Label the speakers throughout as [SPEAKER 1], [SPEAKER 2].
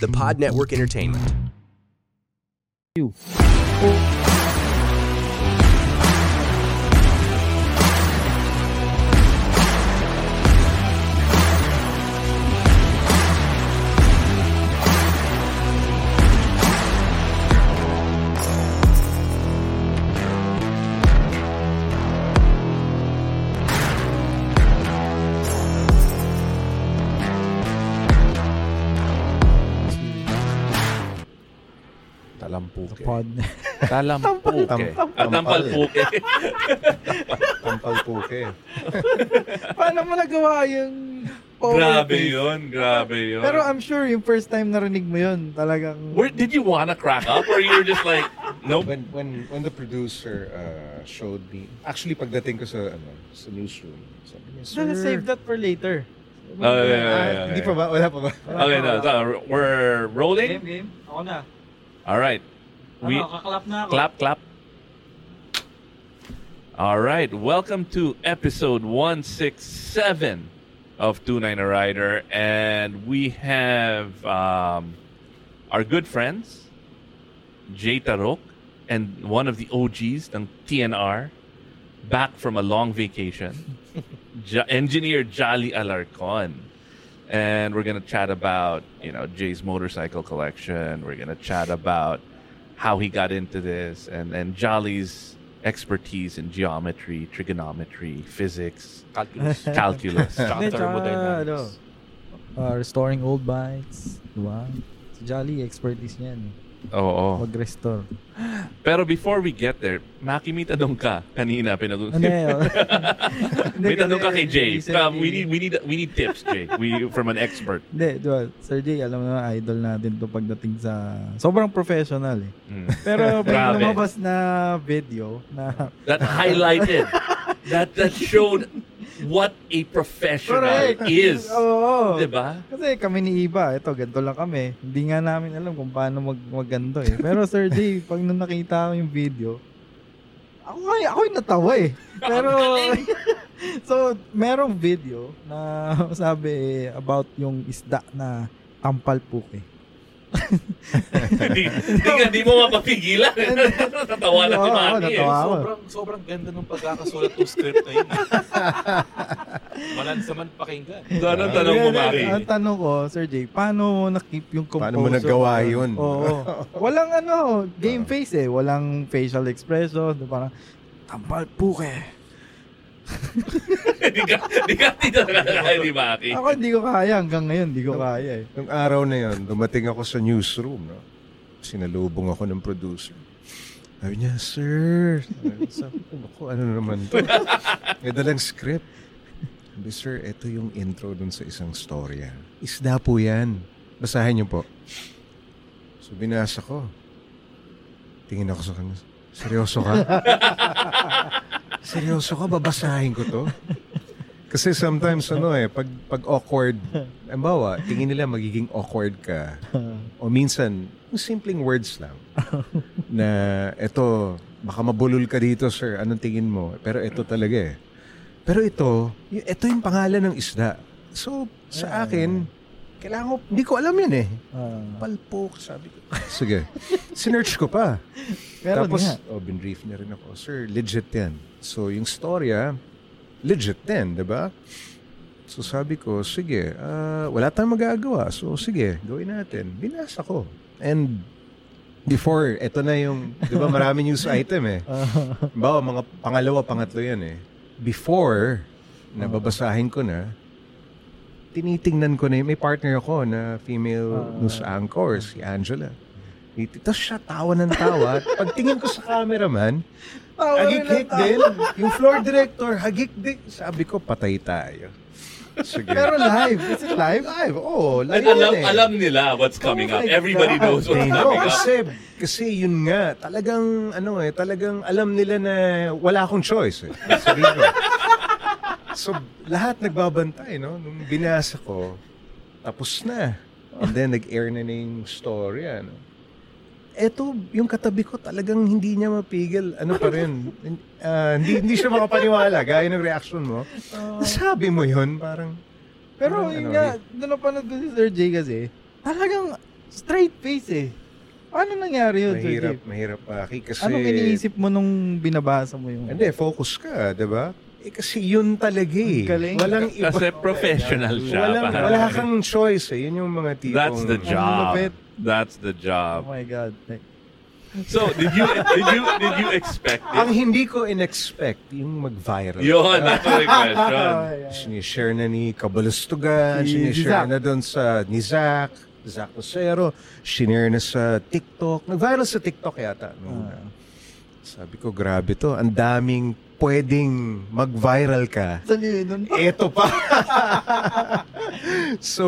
[SPEAKER 1] The Pod Network Entertainment.
[SPEAKER 2] Talampuke.
[SPEAKER 3] Pod.
[SPEAKER 2] Talampuke.
[SPEAKER 4] Tam- tam-
[SPEAKER 5] At ang palpuke.
[SPEAKER 4] Tampalpuke.
[SPEAKER 3] Paano mo nagawa yung... power
[SPEAKER 5] grabe
[SPEAKER 3] face?
[SPEAKER 5] yun. Grabe yun.
[SPEAKER 3] Pero I'm sure yung first time narinig mo yun, talagang...
[SPEAKER 5] Where, did you wanna crack up or you were just like, nope?
[SPEAKER 4] When, when, when the producer uh, showed me, actually pagdating ko sa, ano, sa newsroom, sabi niya, sir,
[SPEAKER 3] Sana save that for later.
[SPEAKER 5] Oh, yeah, yeah,
[SPEAKER 4] ah,
[SPEAKER 5] yeah, yeah.
[SPEAKER 4] hindi pa ba? Wala pa ba?
[SPEAKER 5] Okay, no, so we're rolling.
[SPEAKER 6] Game, game. Ako na.
[SPEAKER 5] All right.
[SPEAKER 6] Ano,
[SPEAKER 5] We
[SPEAKER 6] kaklap na ako.
[SPEAKER 5] clap, clap. All right. Welcome to episode 167 of Two Nine Rider. And we have um, our good friends, Jay Tarok, and one of the OGs ng TNR, back from a long vacation, ja- engineer Jolly Alarcon. And we're going to chat about, you know, Jay's motorcycle collection. We're going to chat about how he got into this and, and Jolly's expertise in geometry, trigonometry, physics,
[SPEAKER 2] Calculus.
[SPEAKER 5] calculus.
[SPEAKER 3] Hindi, tsaka,
[SPEAKER 2] thermodynamics.
[SPEAKER 3] ano, uh, restoring old bikes. Diba? Si Jolly, expertise niya yan. eh.
[SPEAKER 5] Oo.
[SPEAKER 3] Mag-restore.
[SPEAKER 5] Oh, Pero before we get there, makimita doon ka kanina pinag
[SPEAKER 3] Ano yun? Hindi,
[SPEAKER 5] May tanong ka
[SPEAKER 3] kasi
[SPEAKER 5] kay Jay.
[SPEAKER 3] recently-
[SPEAKER 5] Um, we need we need we need tips, Jay. We from an expert.
[SPEAKER 3] Hindi, diba? Sir Jay, alam mo naman, idol natin to pagdating sa... Sobrang professional eh.
[SPEAKER 5] Mm.
[SPEAKER 3] Pero may
[SPEAKER 5] Grabe.
[SPEAKER 3] lumabas na video na...
[SPEAKER 5] That highlighted that that showed what a professional is.
[SPEAKER 4] Oh.
[SPEAKER 3] Oo.
[SPEAKER 5] Diba?
[SPEAKER 3] Kasi kami ni Iba, ito, ganito lang kami. Hindi nga namin alam kung paano mag magganto eh. Pero Sir Jay, pag nung nakita ko yung video, ako ay ako yung natawa eh. Pero so, merong video na sabi eh, about yung isda na tampal puke.
[SPEAKER 5] Hindi hindi ka- di mo mapapigilan. Natawa lang si
[SPEAKER 3] Oo,
[SPEAKER 5] Manny. eh.
[SPEAKER 3] natawa. Wow.
[SPEAKER 2] Sobrang, sobrang ganda ng pagkakasulat ng script na yun. Malansaman pakinggan.
[SPEAKER 5] So, anong tanong mo, Mari?
[SPEAKER 3] Ang tanong ko, Sir Jay, paano mo na-keep yung composure?
[SPEAKER 4] Paano mo nagawa yun?
[SPEAKER 3] Oo. Walang ano, game face eh. Walang facial expression. Parang, tampal puke.
[SPEAKER 5] Hindi ka hindi ka dito nakakaya ni Maki.
[SPEAKER 3] Ako hindi ko kaya hanggang ngayon, hindi ko kaya eh.
[SPEAKER 4] Nung araw na yun, dumating ako sa newsroom, no? Sinalubong ako ng producer. Sabi niya, sir. Sabi ko, "Naku, ano naman to? May dalang script. Sabi, sir, ito yung intro dun sa isang storya. Isda po yan. Basahin niyo po. So, binasa ko. Tingin ako sa kanya. Seryoso ka? Seryoso ka? Babasahin ko to? Kasi sometimes ano eh, pag, pag awkward, ambawa, tingin nila magiging awkward ka. O minsan, yung simpleng words lang. na eto, baka mabulol ka dito sir, anong tingin mo? Pero eto talaga eh. Pero ito, y- eto yung pangalan ng isda. So, sa akin, kailangan ko, hindi ko alam yun eh.
[SPEAKER 3] Ah,
[SPEAKER 4] Palpok, sabi ko. Sige. Sinerch ko pa.
[SPEAKER 3] pero
[SPEAKER 4] Tapos,
[SPEAKER 3] di nga.
[SPEAKER 4] oh, binrief niya rin ako. Sir, legit yan. So, yung storya, legit din, di ba? So, sabi ko, sige, ah, wala tayong magagawa. So, sige, gawin natin. Binasa ko. And before, eto na yung, di ba, marami news item eh. Bawa, mga pangalawa, pangatlo yan eh. Before, nababasahin ko na, tinitingnan ko na yun. May partner ako na
[SPEAKER 3] Ah.
[SPEAKER 4] female news anchor, si Angela. Iti- Tapos siya tawa ng tawa. Pagtingin ko sa cameraman,
[SPEAKER 3] Tawa rin
[SPEAKER 4] hagik hit
[SPEAKER 3] ang
[SPEAKER 4] din. Yung floor director, hagik din. Sabi ko, patay tayo. Sige.
[SPEAKER 3] Pero live. Is it live?
[SPEAKER 4] live, oo.
[SPEAKER 5] At
[SPEAKER 4] Live
[SPEAKER 5] alam,
[SPEAKER 4] yun eh.
[SPEAKER 5] alam nila what's coming
[SPEAKER 3] Oh
[SPEAKER 5] up.
[SPEAKER 3] my
[SPEAKER 5] Everybody
[SPEAKER 3] God.
[SPEAKER 5] knows what's
[SPEAKER 4] They know,
[SPEAKER 5] coming up.
[SPEAKER 4] kasi, kasi yun nga, talagang, ano eh, talagang alam nila na wala akong choice eh. Sabihin ko. so, lahat nagbabantay, no? Nung binasa ko, tapos na. And then, nag-air na na yung story, ano. Eto, yung katabi ko talagang hindi niya mapigil. Ano pa rin? ah, hindi, hindi siya makapaniwala. Gaya ng reaction mo.
[SPEAKER 3] Oh.
[SPEAKER 4] Sabi mo yun, parang...
[SPEAKER 3] Pero
[SPEAKER 4] parang ano,
[SPEAKER 3] yun nga, doon napanood ko si Sir Jay kasi, talagang Straight face eh. Paano nangyari yun, Sir
[SPEAKER 4] Mahirap,
[SPEAKER 3] Dave?
[SPEAKER 4] mahirap, Aki. Kasi,
[SPEAKER 3] Anong iniisip mo nung binabasa mo yung...
[SPEAKER 4] Hindi, focus ka, di ba? Eh, kasi yun talaga eh.
[SPEAKER 3] Ang galing.
[SPEAKER 4] Walang iba.
[SPEAKER 5] Kasi professional siya.
[SPEAKER 4] Walang,
[SPEAKER 5] parang-
[SPEAKER 4] wala kang choice eh. Yun yung mga tipong...
[SPEAKER 5] That's the
[SPEAKER 3] Ang
[SPEAKER 5] job.
[SPEAKER 3] lupit.
[SPEAKER 5] That's the
[SPEAKER 3] Oh
[SPEAKER 5] job.
[SPEAKER 3] my God.
[SPEAKER 5] So, did you did you did you expect
[SPEAKER 4] Ang
[SPEAKER 5] it?
[SPEAKER 4] hindi ko in-expect, yung mag-viral.
[SPEAKER 5] Yun, that's my question.
[SPEAKER 4] Sinishare na ni Kabalustugan,
[SPEAKER 3] Si-
[SPEAKER 4] sinishare
[SPEAKER 3] si Zac.
[SPEAKER 4] na doon sa ni Zac, Zac Lucero, sinare na sa TikTok. Nag-viral sa TikTok yata. nung una.
[SPEAKER 3] Ah.
[SPEAKER 4] Sabi ko, grabe to. Ang daming pwedeng mag-viral ka.
[SPEAKER 3] Saan yun? Doon pa?
[SPEAKER 4] Eto pa. so,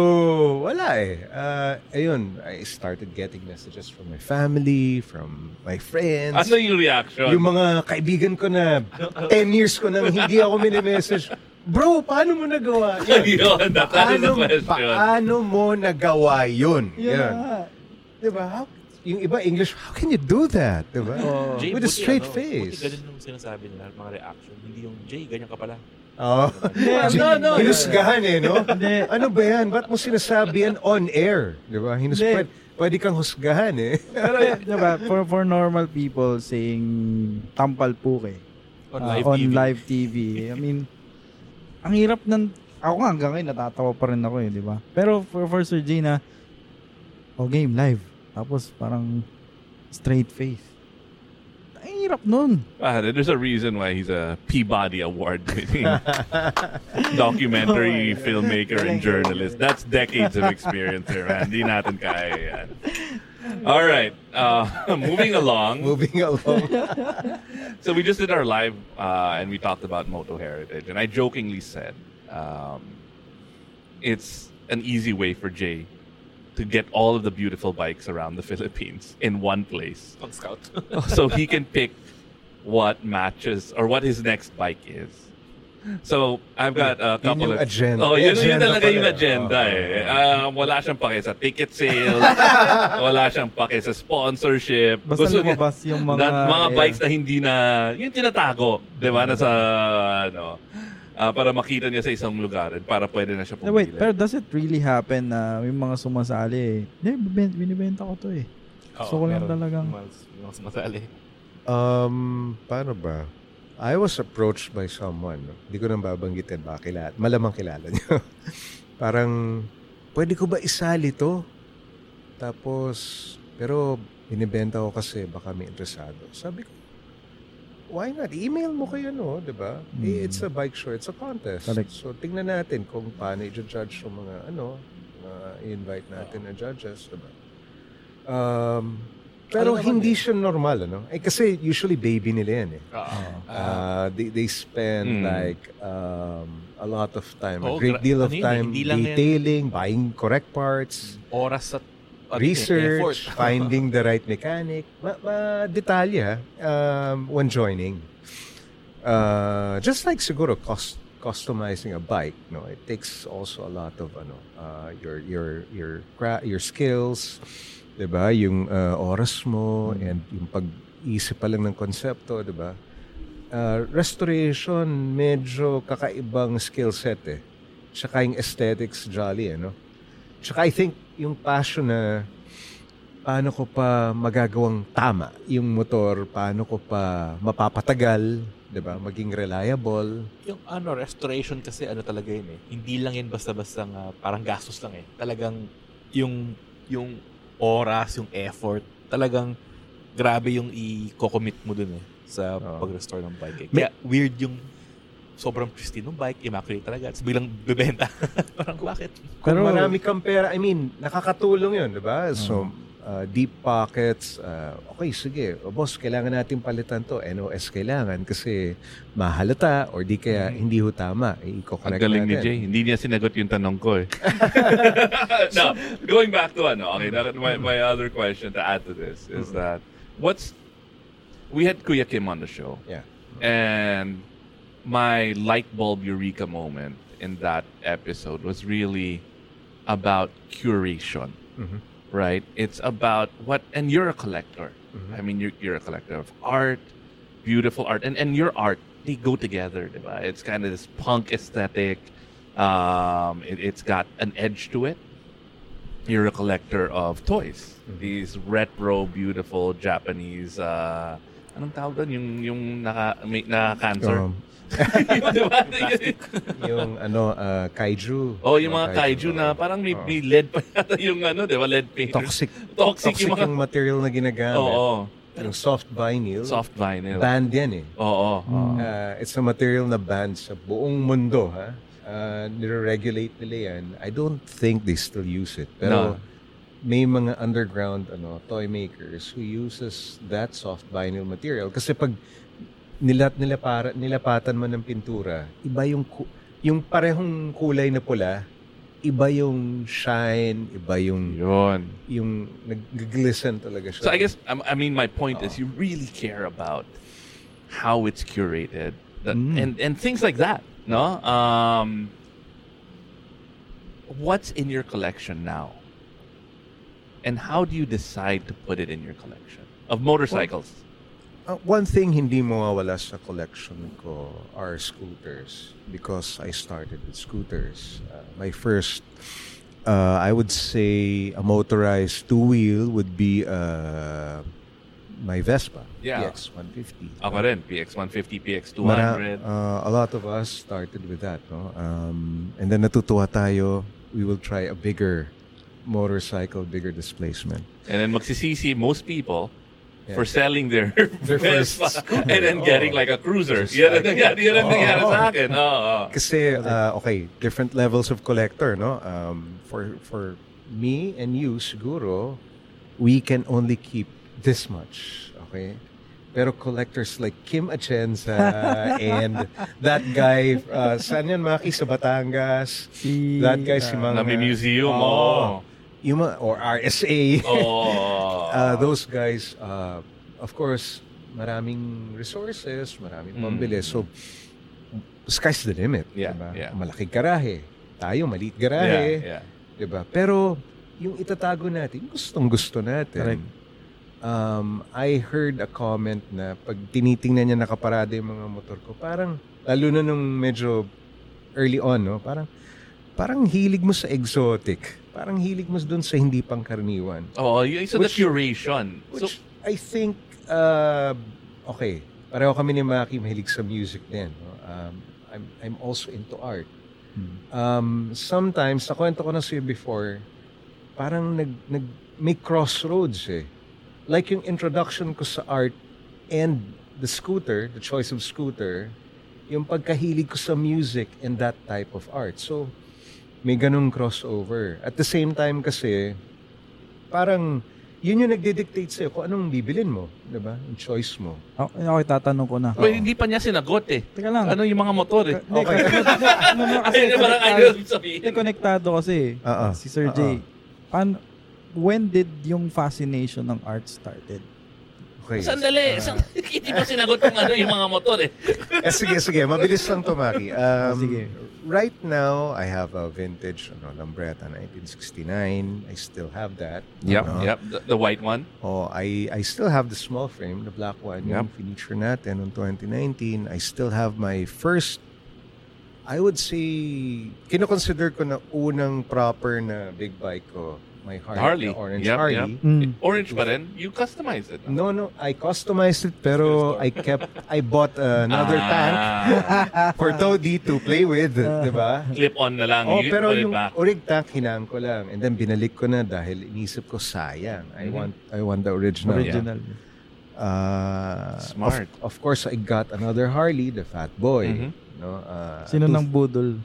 [SPEAKER 4] wala eh. Ah, ayun, I started getting messages from my family, from my friends.
[SPEAKER 5] Ano yung reaction?
[SPEAKER 4] Yung mga kaibigan ko na 10 years ko nang hindi ako minimessage, Bro, paano mo nagawa yun?
[SPEAKER 5] Yun, that's the
[SPEAKER 4] paano,
[SPEAKER 5] question.
[SPEAKER 4] paano mo nagawa yun?
[SPEAKER 3] Yun na
[SPEAKER 4] Yan.
[SPEAKER 3] nga.
[SPEAKER 4] Diba? How- yung iba English, how can you do that? Diba?
[SPEAKER 3] Oo.
[SPEAKER 2] Jay,
[SPEAKER 4] With a
[SPEAKER 2] buti
[SPEAKER 4] straight
[SPEAKER 2] ano,
[SPEAKER 4] face.
[SPEAKER 2] Buti ganun yung sinasabi nila, mga reaction. Hindi yung, Jay, ganyan ka pala.
[SPEAKER 4] Oh.
[SPEAKER 3] Yeah,
[SPEAKER 4] Jay,
[SPEAKER 5] no, no, no.
[SPEAKER 4] Hinusgahan eh, no?
[SPEAKER 3] Hindi.
[SPEAKER 4] ano ba yan? Ba't mo sinasabi yan on air? Diba? Hinus,
[SPEAKER 3] Hindi.
[SPEAKER 4] pwede, pwede kang husgahan eh.
[SPEAKER 3] Pero yun, diba, for, for normal people saying tampal puke
[SPEAKER 2] On
[SPEAKER 3] ah,
[SPEAKER 2] live
[SPEAKER 3] on
[SPEAKER 2] TV.
[SPEAKER 3] live TV, I mean, ang hirap ng, ako nga hanggang ngayon natatawa pa rin ako eh, di ba? Pero for, for Sir J na, oh game, live. Tapos parang straight face. Ang hirap nun.
[SPEAKER 5] Ah, there's a reason why he's a Peabody Award-winning
[SPEAKER 3] Oh my
[SPEAKER 5] documentary
[SPEAKER 3] God.
[SPEAKER 5] filmmaker and journalist. That's decades of experience here, man. Di natin kaya yan. All right, uh, moving along.
[SPEAKER 4] Moving along.
[SPEAKER 5] So we just did our live uh, and we talked about Moto Heritage, and I jokingly said um, it's an easy way for Jay to get all of the beautiful bikes around the Philippines in one place.
[SPEAKER 2] Pag scout.
[SPEAKER 5] so he can pick what matches or what his next bike is. So I've got a
[SPEAKER 4] Yun
[SPEAKER 5] couple
[SPEAKER 4] yung
[SPEAKER 5] of
[SPEAKER 4] agenda.
[SPEAKER 5] Oh, yun, yun
[SPEAKER 4] Agenda
[SPEAKER 5] talaga
[SPEAKER 4] pala.
[SPEAKER 5] yung agenda
[SPEAKER 4] Oo.
[SPEAKER 5] eh. Ah, wala siyang pake sa ticket sales, wala siyang pake sa sponsorship.
[SPEAKER 3] Basta
[SPEAKER 5] Gusto
[SPEAKER 4] ano
[SPEAKER 5] niya-
[SPEAKER 3] lumabas yung mga...
[SPEAKER 5] that, mga
[SPEAKER 3] ayan.
[SPEAKER 5] bikes na hindi na yung tinatago, 'di
[SPEAKER 4] Mm.
[SPEAKER 5] ba? Nasa ano ah, para makita niya sa isang lugar at para pwede na siya
[SPEAKER 4] Eh,
[SPEAKER 3] No,
[SPEAKER 5] pumili.
[SPEAKER 3] wait, pero does it really happen na may mga sumasali eh? Hindi, biben- binibenta ko to eh. Gusto ko lang talagang-
[SPEAKER 2] Mas masali.
[SPEAKER 4] Um, paano ba? I was approached by someone. no? Hindi ko nang babanggitin ba kilala. Malamang kilala niyo. Parang, pwede ko ba isali to? Tapos, pero binibenta ko kasi baka may interesado. Sabi ko, why not? Email mo kayo, no? 'Di ba? Eh,
[SPEAKER 3] Mm.
[SPEAKER 4] it's a bike show. It's a contest.
[SPEAKER 3] Correct.
[SPEAKER 4] So, tingnan natin kung paano i-judge yung mga, ano, mga invite natin na judges, 'di ba? Um, pero
[SPEAKER 2] Ano naman
[SPEAKER 4] hindi
[SPEAKER 2] eh.
[SPEAKER 4] siya normal, ano? Eh, kasi usually baby nila yan, eh.
[SPEAKER 3] Oo.
[SPEAKER 4] Uh, they, they spend
[SPEAKER 5] Mm.
[SPEAKER 4] like um, a lot of time, a
[SPEAKER 2] Oo,
[SPEAKER 4] great
[SPEAKER 2] Hmm. gra-
[SPEAKER 4] deal of
[SPEAKER 2] ano yun, eh,
[SPEAKER 4] time
[SPEAKER 2] hindi lang yan-
[SPEAKER 4] detailing, buying correct parts,
[SPEAKER 2] Oras at at-
[SPEAKER 4] research,
[SPEAKER 2] effort.
[SPEAKER 4] finding the right mechanic. Ma, ma detalye ha, um, when joining. Uh, just like siguro cost, customizing a bike, no, it takes also a lot of ano, uh, your your your cra- your skills, 'di ba? Yung uh, oras mo and yung pag-isip pa lang ng konsepto, 'di ba? Uh, restoration medyo kakaibang skill set eh. Tsaka yung aesthetics jolly eh, no? Tsaka I think yung passion na paano ko pa magagawang tama yung motor, paano ko pa mapapatagal, 'di ba? Maging reliable.
[SPEAKER 2] Yung ano, restoration kasi ano talaga yun eh. Hindi lang yan basta-basta nga, parang gastos lang eh. Talagang yung yung oras, yung effort, talagang grabe yung i-commit mo dun eh sa
[SPEAKER 4] Oo.
[SPEAKER 2] pag-restore ng bike. Eh.
[SPEAKER 4] May-
[SPEAKER 2] Kaya weird yung sobrang pristine ng bike, immaculate talaga. Tapos biglang bebenta. parang bakit?
[SPEAKER 4] Kung
[SPEAKER 3] Pero-
[SPEAKER 4] marami kang pera, I mean, nakakatulong 'yun, 'di ba?
[SPEAKER 5] Mm.
[SPEAKER 4] So uh, deep pockets, uh, okay, sige, o boss, kailangan natin palitan to. NOS kailangan kasi mahalata or di kaya hindi ho tama.
[SPEAKER 5] Mm-hmm.
[SPEAKER 4] Eh,
[SPEAKER 5] Ang
[SPEAKER 4] I-correct
[SPEAKER 5] galing ni
[SPEAKER 4] natin.
[SPEAKER 5] Jay. Hindi niya sinagot yung tanong ko eh. no, going back to ano, okay, that- my, my other question to add to this is that what's we had Kuya Kim on the show.
[SPEAKER 4] Yeah.
[SPEAKER 5] And my light bulb eureka moment in that episode was really about curation.
[SPEAKER 4] Mhm.
[SPEAKER 5] Right? It's about what and you're a collector.
[SPEAKER 4] Mhm.
[SPEAKER 5] I mean, you're, you're a collector of art, beautiful art, and, and your art, they go together. diba? It's kind of this punk aesthetic. Um, it, it's got an edge to it. you're a collector of toys. These retro, beautiful Japanese, uh, anong tawag doon? Yung, yung naka, may,
[SPEAKER 4] Um,
[SPEAKER 5] naka-cancer? Di ba?
[SPEAKER 4] yung ano, ah, kaiju.
[SPEAKER 5] oh, yung mga kaiju
[SPEAKER 4] Oo.
[SPEAKER 5] na parang may,
[SPEAKER 4] Oo.
[SPEAKER 5] may lead pa yata yung ano, di ba? Lead paint.
[SPEAKER 4] toxic.
[SPEAKER 5] Toxic,
[SPEAKER 4] Toxic
[SPEAKER 5] yung mga...
[SPEAKER 4] yung material na ginagamit.
[SPEAKER 5] Oo, oh,
[SPEAKER 4] Yung soft vinyl.
[SPEAKER 5] soft vinyl. Oo,
[SPEAKER 4] Banned yan eh.
[SPEAKER 5] oo. oo.
[SPEAKER 4] Ah, it's a material na banned sa buong mundo. Ha? Uh, nire-regulate nila yan. I don't think they still use it. Pero
[SPEAKER 5] No.
[SPEAKER 4] may mga underground ano toy makers who uses that soft vinyl material. Kasi pag nilat nila para nilapatan mo ng pintura, iba yung ku- yung parehong kulay na pula, iba yung shine, iba yung
[SPEAKER 5] Mm. Yun.
[SPEAKER 4] yung nag-glisten talaga siya.
[SPEAKER 5] So I guess I'm- I mean my point is
[SPEAKER 4] Oo.
[SPEAKER 5] you really care about how it's curated that,
[SPEAKER 4] Mm.
[SPEAKER 5] and and things like that. No, um, what's in your collection now, and how do you decide to put it in your collection of motorcycles?
[SPEAKER 4] Uh, one thing hindi mawawala sa collection ko are scooters because I started with scooters. Uh, my first, uh, I would say, a motorized two wheel would be uh, my Vespa,
[SPEAKER 5] Yeah.
[SPEAKER 4] PX 150.
[SPEAKER 5] Ako rin, PX 150, PX
[SPEAKER 4] Mara-
[SPEAKER 5] 200.
[SPEAKER 4] uh, a lot of us started with that, no? Um, and then natutuwa tayo, we will try a bigger motorcycle, bigger displacement.
[SPEAKER 5] And then magsisisi most people
[SPEAKER 4] Yeah.
[SPEAKER 5] for selling their,
[SPEAKER 4] Their first Oh.
[SPEAKER 5] Vespa
[SPEAKER 4] scooter.
[SPEAKER 5] and then getting
[SPEAKER 4] Oo.
[SPEAKER 5] like a cruiser.
[SPEAKER 4] Just
[SPEAKER 5] Yan ang
[SPEAKER 4] like-
[SPEAKER 5] nangyari, yan ang
[SPEAKER 4] Oo.
[SPEAKER 5] nangyari sa akin. Oo, oo.
[SPEAKER 4] Kasi uh, okay, different levels of collector, no? Um, for for me and you siguro, we can only keep this much, okay? Pero collectors like Kim Atienza and that guy, uh, saan yan, Maki, sa Batangas?
[SPEAKER 3] Si,
[SPEAKER 4] That guy, si
[SPEAKER 3] ah,
[SPEAKER 4] Mang-
[SPEAKER 5] Na may museum,
[SPEAKER 4] Oo.
[SPEAKER 5] oo.
[SPEAKER 4] Yung mga- or RSA.
[SPEAKER 5] Oh.
[SPEAKER 4] Uh, those guys, uh, of course, maraming resources, maraming
[SPEAKER 5] Mm.
[SPEAKER 4] pambili. So, sky's the limit.
[SPEAKER 5] Yeah,
[SPEAKER 4] diba?
[SPEAKER 5] yeah.
[SPEAKER 4] Malaking garahe. Tayo, maliit garahe.
[SPEAKER 5] yeah, yeah.
[SPEAKER 4] Diba? Pero, yung itatago natin, yung gustong-gusto natin.
[SPEAKER 3] Correct.
[SPEAKER 4] Um, I heard a comment na pag tinitingnan niya nakaparada yung mga motor ko, parang, lalo na nung medyo early on, no? parang, parang hilig mo sa exotic. Parang hilig mo dun sa hindi pangkaraniwan.
[SPEAKER 5] Oh, y- so
[SPEAKER 4] Which-
[SPEAKER 5] the curation. so,
[SPEAKER 4] Which I think, uh, okay, pareho kami ni Maki mahilig sa music din. no? Um, I'm, I'm also into art.
[SPEAKER 3] Hmm.
[SPEAKER 4] Um, sometimes, nakwento ko na sa'yo before, parang nag, nag, may crossroads eh. Like yung introduction ko sa art and the scooter, the choice of scooter, yung pagkahilig ko sa music and that type of art. So, may ganung crossover. At the same time kasi, parang yun yung nagdidictate sa'yo kung anong bibilin mo, di ba? Yung choice mo.
[SPEAKER 3] Ako- Okay, tatanong ko na.
[SPEAKER 4] Oh.
[SPEAKER 5] well, hindi pa niya sinagot eh.
[SPEAKER 3] Teka lang.
[SPEAKER 5] Ano yung mga motor eh?
[SPEAKER 3] Hindi,
[SPEAKER 4] Okay.
[SPEAKER 3] kasi- ano mo kasi,
[SPEAKER 5] Ayun yung parang
[SPEAKER 3] konektado-
[SPEAKER 5] ayaw
[SPEAKER 3] Hindi,
[SPEAKER 5] sabihin.
[SPEAKER 3] konektado kasi. eh.
[SPEAKER 4] Oo.
[SPEAKER 3] Si Sir J.
[SPEAKER 4] Oo.
[SPEAKER 3] Paano- when did yung fascination ng art started?
[SPEAKER 4] Okay. Ah.
[SPEAKER 5] Sandali, sandali. Hindi pa sinagot kung ano yung mga motor eh.
[SPEAKER 4] eh, sige, sige. Mabilis lang to, Maki. Um,
[SPEAKER 3] Sige.
[SPEAKER 4] Right now, I have a vintage ano, Lambretta 1969. I still have that.
[SPEAKER 5] Yep,
[SPEAKER 4] Ano?
[SPEAKER 5] yep. Ah. The, the white one.
[SPEAKER 4] Oh, I, I still have the small frame, the black one, yung finisher natin noong 2019. I still have my first, I would say, kinoconsider ko na unang proper na big bike ko. My Harley.
[SPEAKER 5] Harley.
[SPEAKER 4] na Orange
[SPEAKER 5] Yep,
[SPEAKER 4] Harley.
[SPEAKER 3] Mm.
[SPEAKER 5] Orange pa rin. You customize it.
[SPEAKER 4] Hmm. No, no, I customized it pero I kept, I bought another tank for Toadie to play with, di ba?
[SPEAKER 5] Clip on na lang.
[SPEAKER 4] Oh,
[SPEAKER 5] You
[SPEAKER 4] pero
[SPEAKER 5] put it
[SPEAKER 4] yung
[SPEAKER 5] back.
[SPEAKER 4] orig tank hinaan ko lang and then binalik ko na dahil inisip ko sayang. I
[SPEAKER 5] Mhm.
[SPEAKER 4] want I want the original.
[SPEAKER 3] Original.
[SPEAKER 4] Uh,
[SPEAKER 5] Smart.
[SPEAKER 4] Of, of course, I got another Harley, the Fat Boy.
[SPEAKER 5] Mhm.
[SPEAKER 4] No, uh,
[SPEAKER 3] Sino
[SPEAKER 4] two-
[SPEAKER 3] nang budol?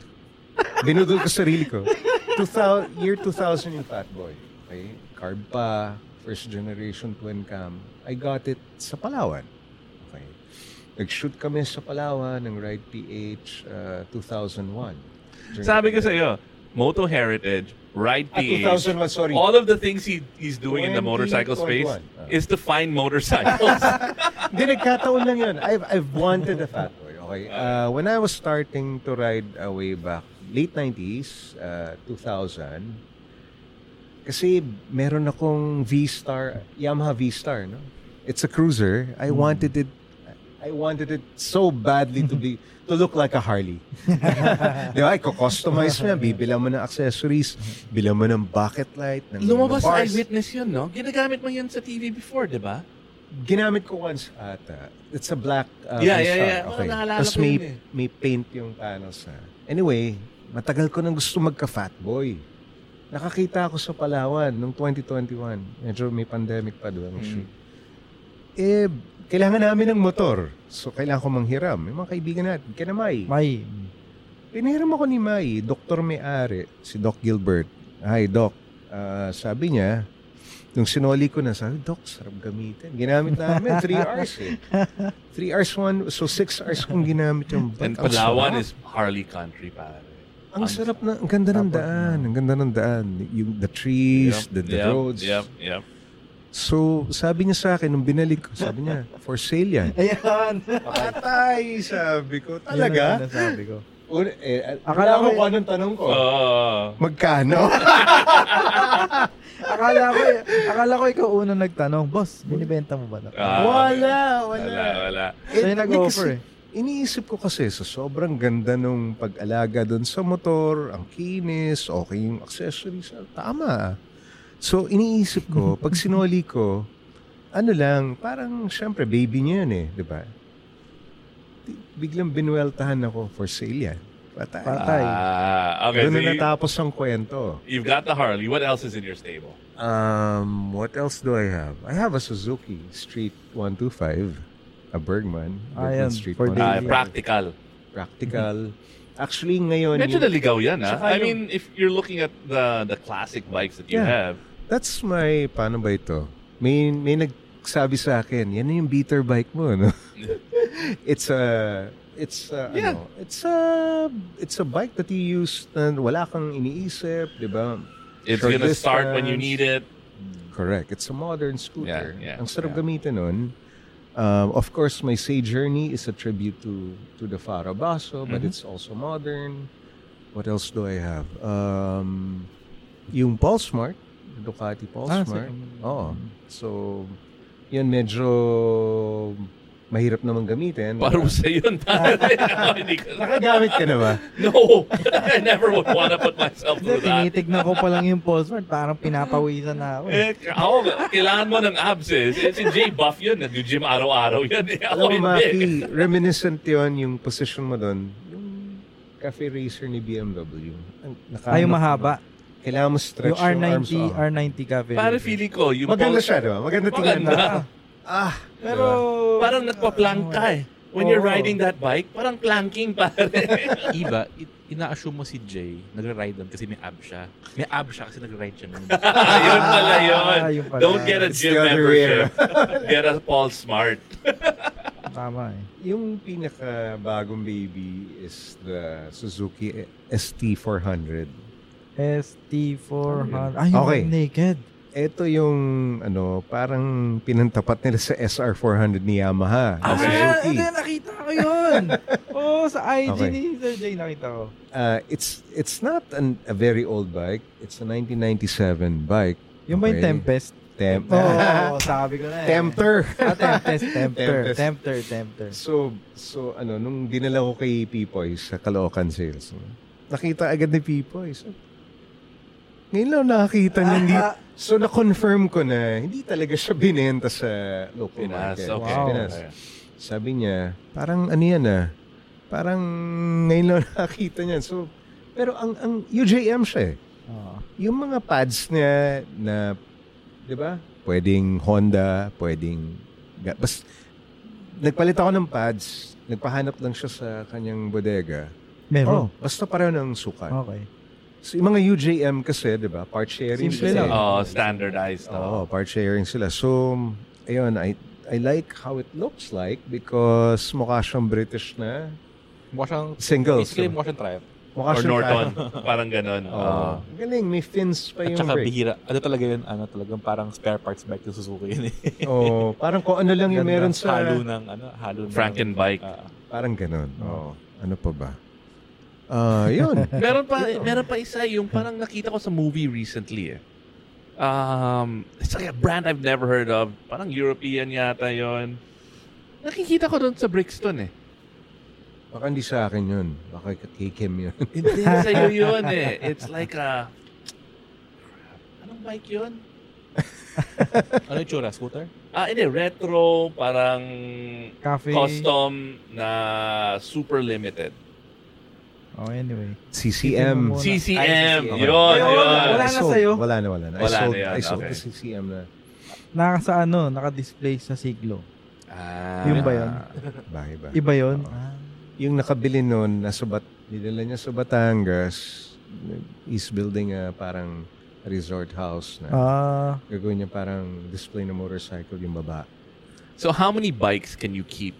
[SPEAKER 4] Binudol ko sarili ko. 2000, year 2000 yung Fat Boy. Okay? Carb pa, first generation twin cam. I got it sa Palawan. Okay? Nag-shoot kami sa Palawan ng Ride PH uh, 2001. During-
[SPEAKER 5] Sabi ko sa iyo, Moto Heritage, Ride
[SPEAKER 4] Ah,
[SPEAKER 5] PH,
[SPEAKER 4] 2001, sorry.
[SPEAKER 5] all of the things he, he's doing in the motorcycle space
[SPEAKER 4] 20.1. Ah.
[SPEAKER 5] is to find motorcycles.
[SPEAKER 4] Hindi, nagkataon lang yun. I've, I've wanted a fat boy. Okay. Uh, when I was starting to ride uh, way back, late 90s, uh, 2000, kasi meron akong V-Star, Yamaha V-Star, no? It's a cruiser. I wanted it, I I wanted it so badly to be to look like a Harley. Di ba? Iko-customize mo yan. Bibilang mo ng accessories. Bilang mo ng bucket light. Ng,
[SPEAKER 2] Lumabas
[SPEAKER 4] ng bars.
[SPEAKER 2] eyewitness yun, no? Ginagamit mo yun sa TV before, di ba?
[SPEAKER 4] Ginamit ko once ata. It's a black uh,
[SPEAKER 2] Yeah,
[SPEAKER 4] Mustang.
[SPEAKER 2] yeah, yeah. Parang
[SPEAKER 4] Okay.
[SPEAKER 2] naalala
[SPEAKER 4] Tapos
[SPEAKER 2] ko
[SPEAKER 4] may,
[SPEAKER 2] yun eh.
[SPEAKER 4] may paint yung panels. Ha? Anyway, matagal ko nang gusto magka-fat boy. Nakakita ako sa Palawan noong 2021. Medyo may pandemic pa doon.
[SPEAKER 2] Mm.
[SPEAKER 4] Eh, kailangan namin ng motor. So, kailangan ko manghiram. May mga kaibigan natin. Kinamay.
[SPEAKER 3] May.
[SPEAKER 4] Pinahiram ako ni Mai, doktor may-ari, si Doc Gilbert. Hi, Doc. Ah, sabi niya, nung sinoli ko na, sabi, Doc, sarap gamitin. Ginamit namin, 3 hours eh. 3 hours one, so 6 hours kong ginamit yung
[SPEAKER 5] And
[SPEAKER 4] Ang
[SPEAKER 5] Palawan
[SPEAKER 4] sarap.
[SPEAKER 5] is Harley country, pare.
[SPEAKER 4] Ang sarap na, ang ganda ng
[SPEAKER 3] Dapat
[SPEAKER 4] daan. Ang ganda ng daan. Yung the trees, the, the roads.
[SPEAKER 5] Yep, yep.
[SPEAKER 4] So, sabi niya sa akin, nung binalik ko, sabi niya, for sale yan.
[SPEAKER 3] Ayan.
[SPEAKER 4] Patay, sabi ko.
[SPEAKER 3] Yun ang nasabi ko.
[SPEAKER 4] Un- eh,
[SPEAKER 3] Akala ko-
[SPEAKER 4] kung anong tanong ko.
[SPEAKER 5] Oh.
[SPEAKER 4] Magkano?
[SPEAKER 3] Akala ko, eh, akala ko ikaw unang nagtanong, boss, binibenta mo ba? to?"
[SPEAKER 5] Ah,
[SPEAKER 4] wala,
[SPEAKER 5] Wala, wala.
[SPEAKER 3] Siya yung
[SPEAKER 4] Eh,
[SPEAKER 3] nag-offer
[SPEAKER 4] kasi- Iniisip ko kasi sa sobrang ganda nung pag-alaga doon sa motor, ang kinis, okay yung accessories, ah, tama. So iniisip ko, pag sinoli ko, ano lang, parang syempre baby niya yun eh, di ba? Di- Biglang binueltahan ako for sale yan. Patay.
[SPEAKER 3] Patay.
[SPEAKER 5] Ah, okay,
[SPEAKER 4] Doon
[SPEAKER 5] so
[SPEAKER 4] na
[SPEAKER 5] you,
[SPEAKER 4] natapos ang kwento.
[SPEAKER 5] you've got the Harley. What else is in your stable?
[SPEAKER 4] Um, what else do I have? I have a Suzuki Street 125, a Bergman.
[SPEAKER 3] Ah,
[SPEAKER 4] Bergman
[SPEAKER 3] yan, for
[SPEAKER 5] Ah,
[SPEAKER 3] Daily.
[SPEAKER 5] practical.
[SPEAKER 4] practical. Actually, ngayon,
[SPEAKER 5] Medyo
[SPEAKER 4] yun-
[SPEAKER 5] naligaw yan, ah.
[SPEAKER 4] Tsaka yung-
[SPEAKER 5] I mean, if you're looking at the the classic bikes that you
[SPEAKER 4] Yeah.
[SPEAKER 5] have,
[SPEAKER 4] that's my, paano ba ito? May, may nagsabi sa akin, yan na yung beater bike mo, no? it's a, it's a,
[SPEAKER 5] Yeah.
[SPEAKER 4] ano, it's a, it's a bike that you use na wala kang iniisip, di ba?
[SPEAKER 5] it's
[SPEAKER 4] Short
[SPEAKER 5] gonna start when you
[SPEAKER 4] distance.
[SPEAKER 5] need it.
[SPEAKER 4] Correct. It's a modern scooter.
[SPEAKER 5] Yeah, yeah,
[SPEAKER 4] Ang sarap
[SPEAKER 5] yeah.
[SPEAKER 4] gamitin nun. Um, of course, my Say Journey is a tribute to to the Farabaso, but
[SPEAKER 5] Mhm.
[SPEAKER 4] it's also modern. What else do I have? Um, yung Pulsemart, the Ducati
[SPEAKER 3] Ah,
[SPEAKER 4] Pulsemart.
[SPEAKER 3] sa-
[SPEAKER 4] Oo. So, yun medyo mahirap naman gamitin.
[SPEAKER 5] Parusa yun, pare. Oh, hindi ka-
[SPEAKER 4] Nakagamit ka na ba?
[SPEAKER 5] no, I never would want to put myself
[SPEAKER 3] Hindi,
[SPEAKER 5] through that.
[SPEAKER 3] tinitignan ko pa lang yung password, parang pinapawisan na ako. eh.
[SPEAKER 5] Eh, ako, kailangan mo ng abs eh. Si, si Jay Buff yun, nag-gym araw-araw yun. eh. Ako
[SPEAKER 4] Alam mo,
[SPEAKER 5] hindi.
[SPEAKER 4] Maki, reminiscent yun yung position mo doon. Yung cafe racer ni BMW. Ang- naka-
[SPEAKER 3] Ah, yung
[SPEAKER 4] ano-
[SPEAKER 3] mahaba.
[SPEAKER 4] Kailangan mo stretch
[SPEAKER 3] Yung R90,
[SPEAKER 4] yung arms. ah.
[SPEAKER 3] R90 cafe.
[SPEAKER 5] Pare, feeling ko, yung
[SPEAKER 4] Maganda
[SPEAKER 5] pulse-
[SPEAKER 4] siya, di ba? Maganda tingnan
[SPEAKER 5] Maganda.
[SPEAKER 4] na. Ah,
[SPEAKER 3] Pero,
[SPEAKER 5] Parang nagpa-plank ka eh. When you're riding that bike, parang planking, pare.
[SPEAKER 2] Iba, it, ina-assume mo si Jay, nagra-ride doon kasi may ab siya. May ab siya kasi nagra-ride siya nun.
[SPEAKER 5] Ayun pala yun.
[SPEAKER 3] Ah, yun pala.
[SPEAKER 5] Don't get a
[SPEAKER 4] It's
[SPEAKER 5] gym
[SPEAKER 4] the other Oh way
[SPEAKER 5] membership. get a Paul Smart.
[SPEAKER 3] Tama eh.
[SPEAKER 4] yung pinaka-bagong baby is the Suzuki ST400.
[SPEAKER 3] ST400. Ay, yung
[SPEAKER 4] Okay.
[SPEAKER 3] naked.
[SPEAKER 4] Ito yung, ano, parang pinantapat nila sa SR400 ni Yamaha. Ah,
[SPEAKER 5] Ah,
[SPEAKER 4] Suzuki.
[SPEAKER 3] hindi, nakita ko yun. Oo, sa IG
[SPEAKER 4] Okay.
[SPEAKER 3] ni Sir Jay nakita ko.
[SPEAKER 4] Uh, it's it's not an, a very old bike. It's a 1997 bike.
[SPEAKER 3] Yung ba yung
[SPEAKER 4] Okay.
[SPEAKER 3] Tempest?
[SPEAKER 4] Temp-
[SPEAKER 3] Oo, sabi ko na eh.
[SPEAKER 4] Tempter.
[SPEAKER 3] Ah, Tempest, Tempter.
[SPEAKER 4] Tempest.
[SPEAKER 3] Tempter, Tempter.
[SPEAKER 4] So, so ano, nung dinala ko kay Pipoy sa Caloocan Sales, no, nakita agad ni Pipoy. So, ngayon lang nakakita niya. Hindi,
[SPEAKER 3] Ah,
[SPEAKER 5] Ah,
[SPEAKER 4] so, na-confirm ko na hindi talaga siya binenta sa local
[SPEAKER 5] Pinas,
[SPEAKER 4] market.
[SPEAKER 5] okay.
[SPEAKER 3] Wow.
[SPEAKER 4] Pinas. Sabi niya, parang ano yan ah, parang ngayon lang nakakita niya. So, pero ang, ang UJM siya eh.
[SPEAKER 3] Oo.
[SPEAKER 4] Yung mga pads niya na, di ba? Pwedeng Honda, pwedeng... ga- Bas, nagpalit ako ng pads. Nagpahanap lang siya sa kanyang bodega. Oh,
[SPEAKER 3] Meron.
[SPEAKER 4] basta pareho ng sukat.
[SPEAKER 3] Okay.
[SPEAKER 4] So, yung mga UJM kasi, di ba? Part sharing
[SPEAKER 3] Simple
[SPEAKER 4] sila.
[SPEAKER 3] lang.
[SPEAKER 4] eh.
[SPEAKER 5] Oh, standardized.
[SPEAKER 4] Oo,
[SPEAKER 5] Oh.
[SPEAKER 4] part sharing sila. So, ayun, I, I like how it looks like because mukha siyang British na
[SPEAKER 2] Mukha siyang,
[SPEAKER 4] single.
[SPEAKER 2] basically mukha siyang triumph.
[SPEAKER 4] mukha
[SPEAKER 5] Or
[SPEAKER 4] siyang-
[SPEAKER 5] Norton. Parang ganun.
[SPEAKER 4] Oo.
[SPEAKER 5] Oh.
[SPEAKER 4] Ang Galing, may fins pa
[SPEAKER 2] Ah. At
[SPEAKER 4] yung
[SPEAKER 2] saka
[SPEAKER 4] brake.
[SPEAKER 2] bihira. Ano talaga yun? Ano talagang parang spare parts bike yung Suzuki yun eh.
[SPEAKER 4] Oo, parang kung ano lang yung
[SPEAKER 3] Ganda.
[SPEAKER 4] meron sa...
[SPEAKER 2] halo ng ano, halo ng
[SPEAKER 5] Frankenbike.
[SPEAKER 2] Ah,
[SPEAKER 4] Parang ganun. Oo.
[SPEAKER 3] Oo.
[SPEAKER 4] Ano pa ba? Ah, yun.
[SPEAKER 5] Meron pa meron pa isa yung parang nakita ko sa movie recently eh. Um, it's like a brand I've never heard of. Parang European yata yon. Nakikita ko doon sa Brixton eh.
[SPEAKER 4] Baka hindi sa akin yun. Baka kay Kim yun.
[SPEAKER 5] Hindi sa'yo yun eh. It's like a... Anong bike yun?
[SPEAKER 2] Ano yung tsura? Scooter?
[SPEAKER 5] Ah, hindi. Retro, parang
[SPEAKER 3] Cafe.
[SPEAKER 5] custom na super limited.
[SPEAKER 3] Oh, anyway.
[SPEAKER 4] CCM.
[SPEAKER 3] Wala.
[SPEAKER 5] CCM.
[SPEAKER 4] Ay, CCM.
[SPEAKER 5] Yun,
[SPEAKER 3] Ay, wala,
[SPEAKER 5] yun.
[SPEAKER 3] wala.
[SPEAKER 4] I
[SPEAKER 3] na
[SPEAKER 4] sold-
[SPEAKER 3] sa'yo.
[SPEAKER 4] Wala na, wala na. I
[SPEAKER 5] Wala na
[SPEAKER 4] sold,
[SPEAKER 5] yan,
[SPEAKER 4] I sold
[SPEAKER 5] okay.
[SPEAKER 4] the CCM na.
[SPEAKER 3] Naka sa ano, naka-display sa siglo.
[SPEAKER 5] Ah,
[SPEAKER 3] Yun ba yun?
[SPEAKER 4] Bahay ba?
[SPEAKER 3] Iba yun?
[SPEAKER 4] Oo.
[SPEAKER 3] Ah.
[SPEAKER 4] Yung nakabili nun, nasa bat, nidala niya sa Batangas, is building a parang resort house na
[SPEAKER 3] Ah,
[SPEAKER 4] gagawin niya parang display ng motorcycle yung baba.
[SPEAKER 5] So how many bikes can you keep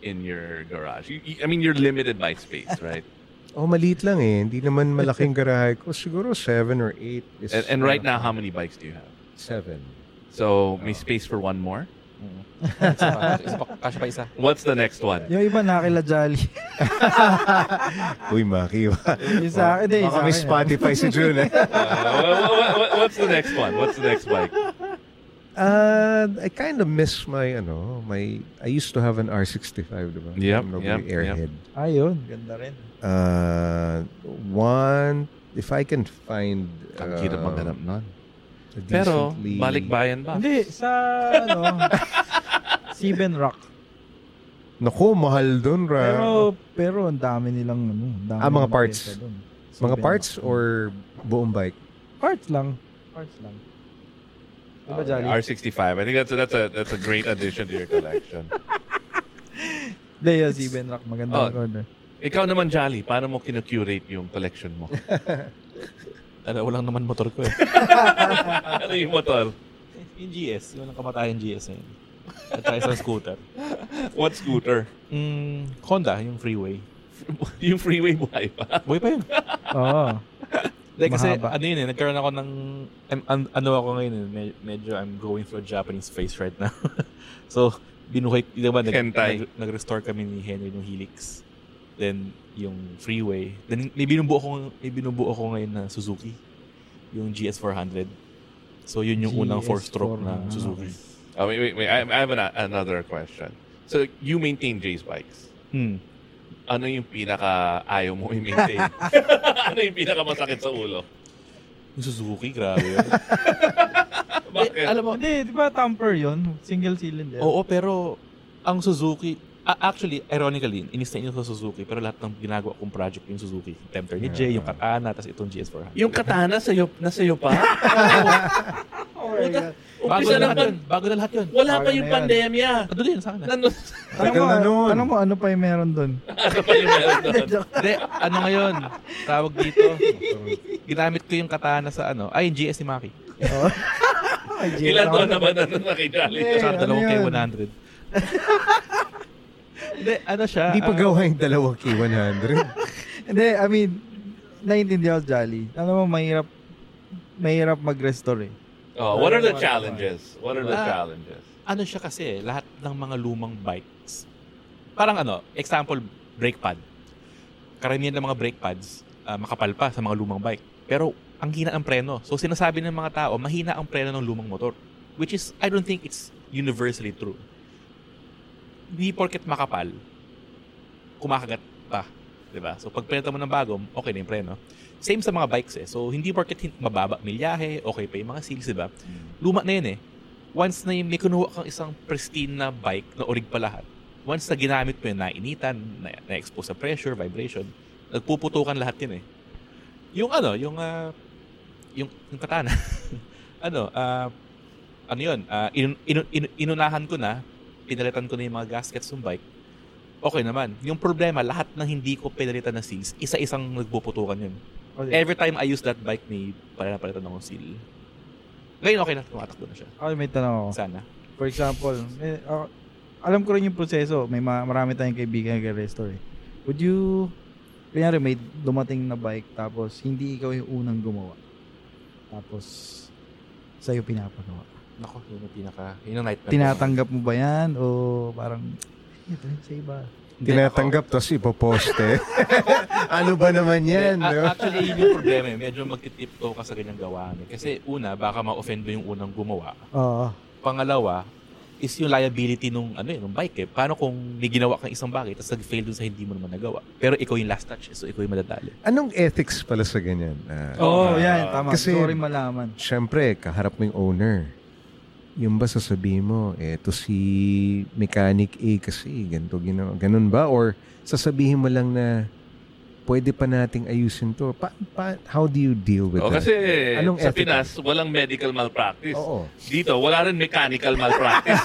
[SPEAKER 5] in your garage? You, you- I mean, you're limited by space, right?
[SPEAKER 4] Oh, maliit lang eh. Hindi naman malaking garahe ko. Siguro seven or eight. is-
[SPEAKER 5] and, and right now, how many bikes do you have?
[SPEAKER 4] Seven.
[SPEAKER 5] So may space for one more.
[SPEAKER 2] Isa pa, isa pa, kasya pa isa.
[SPEAKER 5] What's the next one?
[SPEAKER 3] yung iba na kila Jolly.
[SPEAKER 4] Uy, Maki. oh,
[SPEAKER 3] yung sa akin,
[SPEAKER 4] Baka
[SPEAKER 3] eh, sa
[SPEAKER 4] may
[SPEAKER 3] akin. eh.
[SPEAKER 4] Spotify si June eh.
[SPEAKER 5] Uh, what- what- what's the next one? What's the next bike?
[SPEAKER 4] Uh, I kind of miss my, ano, my, I used to have an R65, diba?
[SPEAKER 5] Yep, yep,
[SPEAKER 4] Nobody
[SPEAKER 5] yep.
[SPEAKER 4] airhead.
[SPEAKER 3] Ah, yun. Ganda rin.
[SPEAKER 4] Uh, one, if I can find
[SPEAKER 5] Ang
[SPEAKER 4] um,
[SPEAKER 5] hirap maghanap nun.
[SPEAKER 4] a
[SPEAKER 5] Pero
[SPEAKER 4] decently-
[SPEAKER 5] balik bayan
[SPEAKER 4] Ah.
[SPEAKER 5] ba?
[SPEAKER 3] Hindi, sa ano, Seven Rock.
[SPEAKER 4] Naku, mahal dun, ra.
[SPEAKER 3] Pero, pero ang dami nilang ano. ang Dami
[SPEAKER 4] Ah, mga
[SPEAKER 3] nilang
[SPEAKER 4] parts.
[SPEAKER 3] makita dun.
[SPEAKER 4] Mga
[SPEAKER 3] Seven
[SPEAKER 4] parts
[SPEAKER 3] Rock.
[SPEAKER 4] or buong bike?
[SPEAKER 3] Parts lang. Parts lang. Diba,
[SPEAKER 4] Ah,
[SPEAKER 5] Okay,
[SPEAKER 3] Jolly?
[SPEAKER 5] R65. I think that's a, that's a that's a great addition to your collection.
[SPEAKER 3] Hindi, yung Seven Rock. Maganda
[SPEAKER 5] Oh.
[SPEAKER 3] ang order.
[SPEAKER 5] Ikaw naman, Jolly, paano mo kinocurate yung collection mo?
[SPEAKER 2] Ano, walang naman motor ko eh.
[SPEAKER 5] ano yung motor?
[SPEAKER 2] Yung GS. Yung walang kamatayan GS na yun. At saka isang scooter.
[SPEAKER 5] What scooter?
[SPEAKER 2] Mm, Honda, yung freeway.
[SPEAKER 5] yung freeway buhay pa.
[SPEAKER 2] Buhay pa yun.
[SPEAKER 3] Oo.
[SPEAKER 2] Like, kasi
[SPEAKER 3] Mahaba.
[SPEAKER 2] ano yun eh, nagkaroon ako ng, I'm, an- ano ako ngayon eh, med- medyo I'm going through a Japanese phase right now. so, binuhay, di ba, nag,
[SPEAKER 5] Hentai.
[SPEAKER 2] nag, nag-restore kami ni Henry ng Helix. Then, yung Freeway. Then, may binubuo ko, may binubuo ko ngayon na Suzuki. Yung GS400. So, yun yung unang
[SPEAKER 3] GS400.
[SPEAKER 2] four-stroke na Suzuki.
[SPEAKER 5] Oh, wait, wait, wait. I, I have an, another question. So, you maintain Jay's bikes.
[SPEAKER 2] Hmm.
[SPEAKER 5] Ano yung pinaka ayaw mo i-maintain? ano yung pinaka masakit sa ulo?
[SPEAKER 2] Yung Suzuki, grabe yun.
[SPEAKER 5] Bakit?
[SPEAKER 2] Eh, alam mo,
[SPEAKER 3] Hindi, di ba tamper yun? Single cylinder.
[SPEAKER 4] Oh.
[SPEAKER 2] Oo, pero ang Suzuki, a- actually, ironically, inis na inis ko sa Suzuki, pero lahat ng ginagawa kong project yung Suzuki. Tempter ni Jay, yung Katana, tapos itong GS400.
[SPEAKER 5] yung katana sa'yo, nasa'yo pa?
[SPEAKER 3] Oh my God.
[SPEAKER 2] bago,
[SPEAKER 5] Umpisa
[SPEAKER 2] na
[SPEAKER 5] na
[SPEAKER 2] lahat yun,
[SPEAKER 5] pan-
[SPEAKER 2] bago na lahat yun.
[SPEAKER 5] Wala pa
[SPEAKER 3] Bago na
[SPEAKER 5] yung
[SPEAKER 3] yan.
[SPEAKER 5] pandemya.
[SPEAKER 2] Ano din, sa akin na.
[SPEAKER 5] Nandun
[SPEAKER 3] Tanong
[SPEAKER 4] Tagal
[SPEAKER 3] mo,
[SPEAKER 4] na nun.
[SPEAKER 3] tanong mo, ano pa yung meron dun?
[SPEAKER 5] ano pa yung meron doon?
[SPEAKER 2] Hindi, ano ngayon? Tawag dito. Ginamit ko yung katana sa ano. Ay, yung GS ni Maki.
[SPEAKER 5] Ilan taon na ba nandun na kay Jolly?
[SPEAKER 3] Eh,
[SPEAKER 2] Sa
[SPEAKER 3] ano
[SPEAKER 2] dalawang
[SPEAKER 3] yan?
[SPEAKER 2] K100. Hindi, ano siya?
[SPEAKER 4] Hindi pa
[SPEAKER 2] ah,
[SPEAKER 4] gawa yung dalawang K100.
[SPEAKER 3] Hindi, I mean, naiintindihan ko, Jolly. Alam mo, mahirap, mahirap mag-restore eh.
[SPEAKER 5] Oh, what are the challenges? What are the
[SPEAKER 2] Ah.
[SPEAKER 5] challenges?
[SPEAKER 2] ano siya kasi, lahat ng mga lumang bikes, parang ano, example, brake pad. Karamihan ng mga brake pads, ah, makapal pa sa mga lumang bike. Pero, ang hina ang preno. So, sinasabi ng mga tao, mahina ang preno ng lumang motor. Which is, I don't think it's universally true. Hindi porket makapal, kumakagat pa. 'di ba? So, pag pinalitan mo ng bago, okay na yung preno. Same sa mga bikes eh. So, hindi porket hin- mababa milyahe, okay pa yung mga seals, 'di ba? Luma na yun eh once na yung may kinuha kang isang pristine na bike na orig pa lahat, once na ginamit mo yun, nainitan, na- na-expose sa pressure, vibration, nagpuputukan lahat yun eh. Yung ano, yung, ah, yung, yung katana, ano, ah, ano yun, ah, inun- inun- inun- inunahan ko na, pinalitan ko na yung mga gaskets ng bike, okay naman. Yung problema, lahat ng hindi ko pinalitan na seals, isa-isang nagpuputukan yun.
[SPEAKER 3] Okay,
[SPEAKER 2] Every time I use that bike, may palitan akong seal. Ngayon, okay na, tumatakbo na siya.
[SPEAKER 3] okay may tanong ako.
[SPEAKER 2] Sana.
[SPEAKER 3] For example, eh, ako- alam ko rin yung proseso. May ma- marami tayong kaibigan na restore eh. Would you, kanyari may dumating na bike tapos hindi ikaw yung unang gumawa. Tapos, sa'yo pinapagawa.
[SPEAKER 2] Nako, yun yung pinaka, yun yung nightmare.
[SPEAKER 3] Tinatanggap mo ba yan? O parang, "Ay, ito rin sa iba.
[SPEAKER 2] Hindi,
[SPEAKER 4] Tinatanggap, tapos ipoposte. ano ba naman
[SPEAKER 2] ako-
[SPEAKER 4] yan?
[SPEAKER 2] Hindi,
[SPEAKER 4] no?
[SPEAKER 2] a- actually, yun yung problema eh. Medyo magtitipto ka sa ganyang gawain. eh. Kasi una, baka ma-offend mo yung unang gumawa.
[SPEAKER 3] Oo.
[SPEAKER 2] Pangalawa, is yung liability nung ano eh, nung bike eh. Paano kung may ginawa kang isang bagay tapos nag-fail dun sa hindi mo naman nagawa. Pero ikaw yung last touch, eh, so ikaw yung madadali.
[SPEAKER 4] Anong ethics pala sa ganyan? Ah,
[SPEAKER 3] Oo, oh, yan. Tama.
[SPEAKER 4] Kasi-
[SPEAKER 3] Sorry malaman.
[SPEAKER 4] Siyempre, kaharap mo yung owner. Yung ba sasabihin mo, eto si mechanic A kasi, ganito, gino, ganun ba? Or sasabihin mo lang na pwede pa nating ayusin to. Pa, pa- how do you deal with
[SPEAKER 5] O,
[SPEAKER 4] that?
[SPEAKER 5] Oh, kasi
[SPEAKER 4] Anong
[SPEAKER 5] sa
[SPEAKER 4] ethical?
[SPEAKER 5] Pinas, walang medical malpractice.
[SPEAKER 4] Oo.
[SPEAKER 5] Dito, wala rin mechanical malpractice.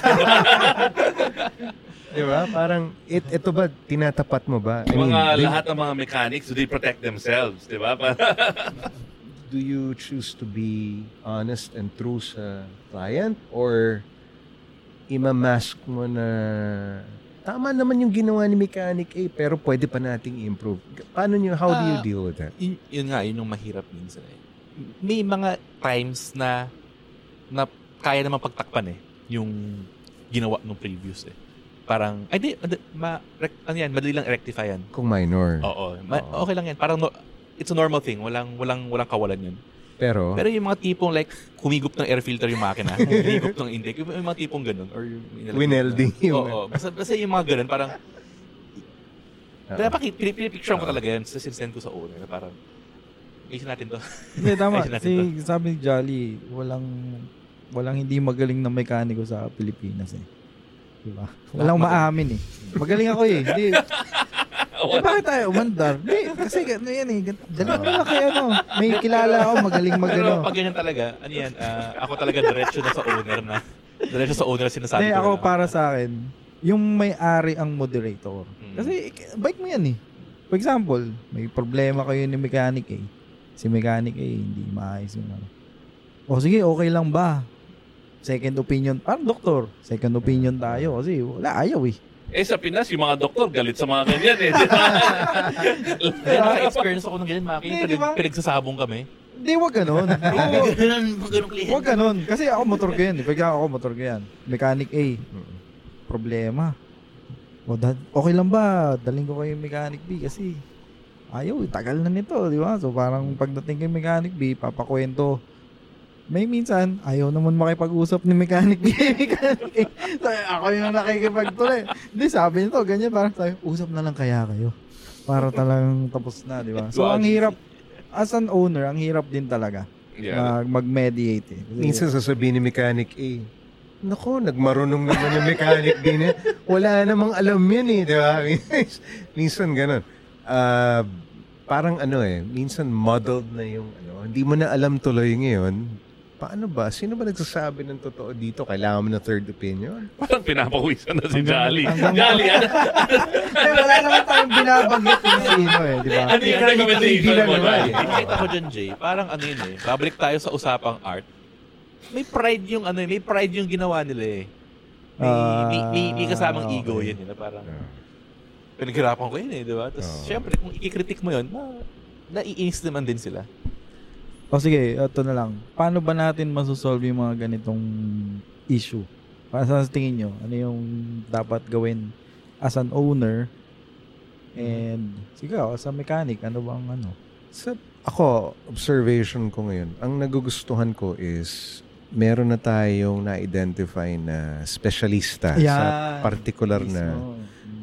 [SPEAKER 4] Di ba? Parang, it, ito ba, tinatapat mo ba? I mean,
[SPEAKER 5] Yung mga
[SPEAKER 4] do,
[SPEAKER 5] lahat ng mga mechanics, they protect themselves, di ba? Para-
[SPEAKER 4] do you choose to be honest and true sa client? Or imamask mo na tama naman yung ginawa ni mechanic A pero pwede pa nating improve. Paano nyo, how do you
[SPEAKER 2] Ah,
[SPEAKER 4] deal with that?
[SPEAKER 2] yun, yun nga, yun yung mahirap minsan eh. May mga times na na kaya naman pagtakpan eh yung ginawa nung previous eh. Parang, ay di, ad- ma, rec- ano yan, madali lang rectify yan.
[SPEAKER 4] Kung minor.
[SPEAKER 2] Oo. ma-
[SPEAKER 4] Oo.
[SPEAKER 2] Okay lang yan. Parang, no- it's a normal thing. Walang, walang, walang kawalan yun.
[SPEAKER 4] Pero,
[SPEAKER 2] Pero yung mga tipong like, humigop ng air filter yung makina, humigop ng intake, yung, yung mga tipong ganun. Or yung, yung-
[SPEAKER 4] Winelding yun.
[SPEAKER 2] Oo. oo. Basta, basta yung mga ganun, parang,
[SPEAKER 4] ah,
[SPEAKER 2] Pinapakit, pinipicture ko talaga yun. Tapos sinend ko sa owner na parang, ayusin natin to.
[SPEAKER 3] Hindi, tama.
[SPEAKER 2] Ayusin natin
[SPEAKER 3] si, sabi ni Jolly, walang walang hindi magaling na mekaniko sa Pilipinas eh. Diba? Walang
[SPEAKER 2] Wala-
[SPEAKER 3] maamin eh. Magaling ako eh. Hindi. eh, bakit tayo umandar? Hindi, kasi ano yan eh. gan- Galing mo na kaya ano. May kilala ako, magaling magano.
[SPEAKER 2] Pero pag ganyan talaga, ano yan, ah, ako talaga diretso na sa owner na. Diretso sa owner na sinasabi
[SPEAKER 3] Hindi,
[SPEAKER 2] ko
[SPEAKER 3] ako
[SPEAKER 2] na,
[SPEAKER 3] para sa akin, yung may-ari ang moderator.
[SPEAKER 2] Mm.
[SPEAKER 3] Kasi ik- bike mo yan eh. For example, may problema kayo ni mechanic eh. Si mechanic eh, hindi maayos yung ano. O sige, okay lang ba? Second opinion. Parang doktor. Second opinion tayo kasi wala, ayaw eh.
[SPEAKER 5] eh, sa Pinas, yung mga doktor, galit sa mga ganyan eh. di ba?
[SPEAKER 2] Hindi, naka-experience ako ng ganyan, Maki.
[SPEAKER 3] Hindi,
[SPEAKER 2] Pinag,
[SPEAKER 3] di ba?
[SPEAKER 2] Pinagsasabong kami.
[SPEAKER 3] Hindi, wag ganun. Oo,
[SPEAKER 2] Ganun, ganun kliyente.
[SPEAKER 3] wag ganun. Kasi ako motor ko yan. eh. Pagka ako motor ko yan. Mechanic A.
[SPEAKER 4] Mm.
[SPEAKER 3] problema. O dad, okay lang ba? Daling ko kay Mechanic B kasi ayaw, eh, tagal na nito, di ba? So parang pagdating kay Mechanic B, papakwento. May minsan, ayaw naman makipag-usap ni Mechanic B. Mechanic A. so, ako yung nakikipagtuloy. Hindi, sabi nito, ganyan, parang sabi, usap na lang kaya kayo. Para talagang tapos na, di ba? So, ang hirap, as an owner, ang hirap din talaga
[SPEAKER 5] yeah.
[SPEAKER 3] mag- mag-mediate. Eh. Kasi-
[SPEAKER 4] minsan sasabihin ni mechanic A, Nako, nagmarunong naman yung mechanic din eh. Wala namang alam yan eh, di ba? minsan ganun. Ah, parang ano eh, minsan muddled na yung ano, hindi mo na alam tuloy ngayon. Paano ba? Sino ba nagsasabi ng totoo dito? Kailangan mo ng third opinion?
[SPEAKER 5] Parang pinapawisan na si
[SPEAKER 3] Hanggang-
[SPEAKER 5] Jolly.
[SPEAKER 3] hanggang-
[SPEAKER 5] Jolly, ano,
[SPEAKER 3] Eh, wala naman tayong binabanggit kung sino eh, di ba?
[SPEAKER 5] ano yung recommendation mo, Jolly?
[SPEAKER 2] Kahit ako dyan, Jay, parang ano yun eh. Babalik tayo sa usapang art. May pride yung ano eh, may pride yung ginawa nila eh. May, may, may, may kasamang
[SPEAKER 3] Ah,
[SPEAKER 2] ego
[SPEAKER 3] okay.
[SPEAKER 2] yun eh, na parang pinaghirapan ko yun eh, di ba? Tapos
[SPEAKER 3] Oh.
[SPEAKER 4] Oo.
[SPEAKER 2] syempre, kung ikikritik mo yun, na, naiinis naman din sila.
[SPEAKER 3] O sige, ito na lang. Paano ba natin masosolve yung mga ganitong issue? Para sa tingin nyo, ano yung dapat gawin as an owner and sige, o, as a mechanic, ano bang ano?
[SPEAKER 4] Sa, ako, observation ko ngayon, ang nagugustuhan ko is meron na tayong na-identify na specialista sa particular na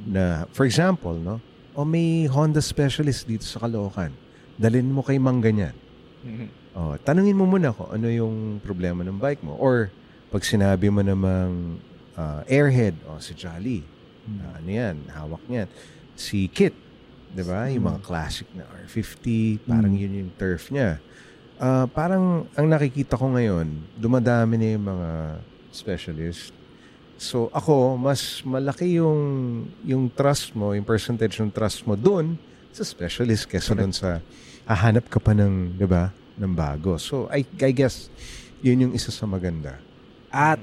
[SPEAKER 4] na for example no o may Honda specialist dito sa Caloocan dalhin mo kay mang ganyan
[SPEAKER 5] Mm-hmm.
[SPEAKER 4] o tanungin mo muna ko ano yung problema ng bike mo or pag sinabi mo namang ah, airhead o si Jolly ah,
[SPEAKER 3] Mm.
[SPEAKER 4] ano yan hawak niyan si Kit 'di ba yung mga classic na R50 parang
[SPEAKER 3] Mm.
[SPEAKER 4] yun yung turf niya Ah, parang ang nakikita ko ngayon dumadami na yung mga specialist So ako, mas malaki yung yung trust mo, yung percentage ng trust mo doon sa specialist kesa doon sa hahanap ka pa ng, 'di ba, ng bago. So I I guess yun yung isa sa maganda.
[SPEAKER 3] At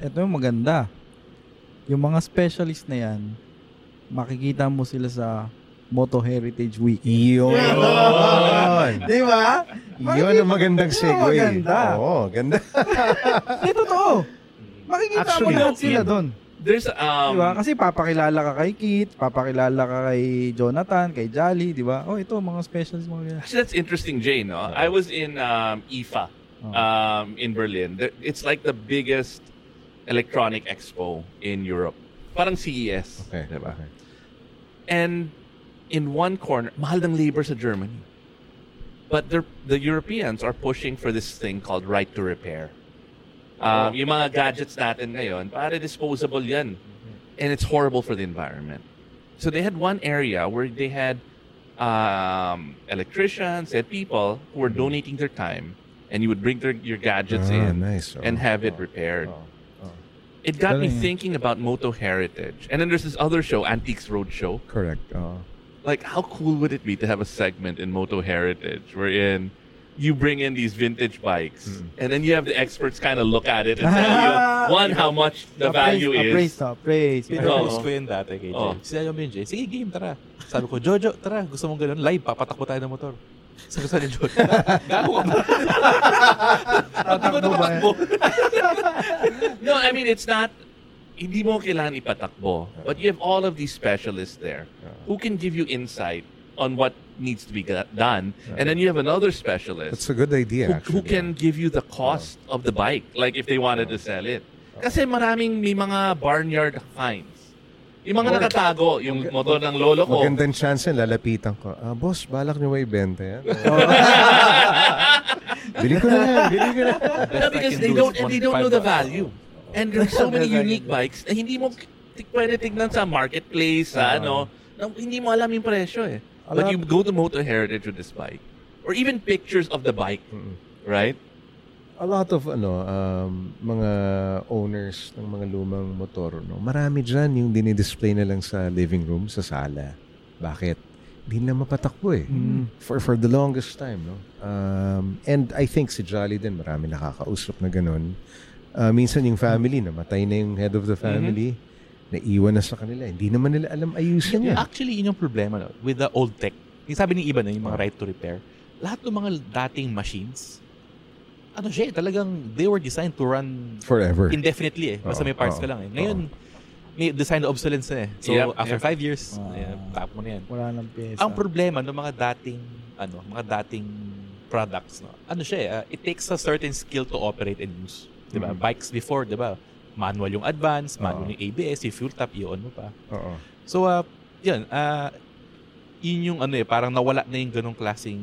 [SPEAKER 3] ito yung maganda. Yung mga specialist na yan, makikita mo sila sa Moto Heritage Week.
[SPEAKER 4] Yun.
[SPEAKER 3] Di ba?
[SPEAKER 4] yun ang magandang segue.
[SPEAKER 3] Maganda.
[SPEAKER 4] Oo, ganda.
[SPEAKER 3] Hindi, totoo. Makikita
[SPEAKER 4] Actually,
[SPEAKER 3] mo lahat
[SPEAKER 5] no,
[SPEAKER 3] sila
[SPEAKER 5] yun.
[SPEAKER 3] doon.
[SPEAKER 5] There's, um,
[SPEAKER 3] diba? Kasi papakilala ka kay Kit, papakilala ka kay Jonathan, kay Jolly, di ba? Oh, ito, mga specials mo. ganyan.
[SPEAKER 5] actually, that's interesting, Jay, no? I was in um, IFA
[SPEAKER 3] Oh.
[SPEAKER 5] um, in Berlin. The- It's like the biggest Electronic Expo in Europe. Parang CES.
[SPEAKER 4] Okay.
[SPEAKER 5] diba?
[SPEAKER 4] okay.
[SPEAKER 5] And in one corner, mahal ng labor sa Germany. But they're- the Europeans are pushing for this thing called right to repair.
[SPEAKER 4] Oh.
[SPEAKER 5] Um, yung mga gadgets natin ngayon, para disposable yan. And it's horrible for the environment. So they had one area where they had um, electricians, they had people who were donating their time. And you would bring their, your gadgets
[SPEAKER 4] Ah,
[SPEAKER 5] in
[SPEAKER 4] nice. Oh,
[SPEAKER 5] and have it
[SPEAKER 4] oh,
[SPEAKER 5] repaired.
[SPEAKER 4] oh.
[SPEAKER 5] It got me
[SPEAKER 3] Galing, eh.
[SPEAKER 5] thinking about Moto Heritage. And then there's this other show, Antiques Roadshow.
[SPEAKER 4] Correct. Oh.
[SPEAKER 5] like how cool would it be to have a segment in Moto Heritage wherein you bring in these vintage bikes and then you have the experts kind of look at it and tell you one how much the value
[SPEAKER 3] appraise,
[SPEAKER 5] is.
[SPEAKER 3] na, Appraise,
[SPEAKER 5] Oo.
[SPEAKER 2] Pinapos ko yun dati kay
[SPEAKER 5] Oo.
[SPEAKER 2] Jay. Sinabi mo yun, Jay, sige game, tara. Sabi ko, Jojo, tara, gusto mong ganun, live, papatakbo tayo ng motor. Sabi ko sa ni Jojo, gago ka ba?
[SPEAKER 3] Tatakbo ba yan?
[SPEAKER 5] No, I mean it's not. Hindi mo kailangan ipatakbo, but you have all of these specialists there who can give you insight on what needs to be got- done, and then you have another specialist
[SPEAKER 4] That's a good idea.
[SPEAKER 5] who,
[SPEAKER 4] actually.
[SPEAKER 5] who can give you the cost of the bike, like if they wanted to sell it. Kasi maraming may mga barnyard finds. Yung mga nakatago, yung motor ng lolo ko.
[SPEAKER 4] Magandang chance yan, lalapitan ko. Ah, boss, balak niyo ba ibenta yan? Bili ko na yan, bili ko na.
[SPEAKER 5] No, because they don't, and they don't know the value. And there's so many unique bikes na hindi mo t- pwede tignan sa marketplace, sa ano, na hindi mo alam yung presyo eh. But you go to Motor Heritage with this bike. Or even pictures of the bike, right?
[SPEAKER 4] A lot of ano, um, mga owners ng mga lumang motor, no? marami dyan yung dinidisplay na lang sa living room, sa sala. Bakit? Hindi na mapatakbo eh. For, for the longest time. No? Um, and I think si Jolly din, marami nakakausap na ganun. Ah, minsan yung family, namatay na yung head of the family, naiwan na sa kanila. Hindi naman nila alam ayusin yan.
[SPEAKER 2] Actually, yun yung problema no, with the old tech. Yung sabi ni iba na yung mga right to repair, lahat ng mga dating machines, ano siya, eh, talagang they were designed to run
[SPEAKER 4] Forever.
[SPEAKER 2] indefinitely eh. Basta
[SPEAKER 4] Oo,
[SPEAKER 2] may
[SPEAKER 4] oo,
[SPEAKER 2] parts ka lang eh. Ngayon, may design obsolescence na eh. So,
[SPEAKER 5] Yep,
[SPEAKER 2] after
[SPEAKER 5] yep.
[SPEAKER 2] five years,
[SPEAKER 3] Ah.
[SPEAKER 2] eh, tap mo na yan.
[SPEAKER 3] Wala nang pyesa.
[SPEAKER 2] Ang problema ng mga dating ano, mga dating products no. Ano siya, eh, uh, it takes a certain skill to operate and use. 'Di ba? Bikes before, 'di ba? Manual yung advance, manual
[SPEAKER 4] Oo.
[SPEAKER 2] yung ABS, yung fuel tap, i-on mo pa.
[SPEAKER 4] Oo.
[SPEAKER 2] So, uh, yun, uh, yun yung ano eh, parang nawala na yung ganong klaseng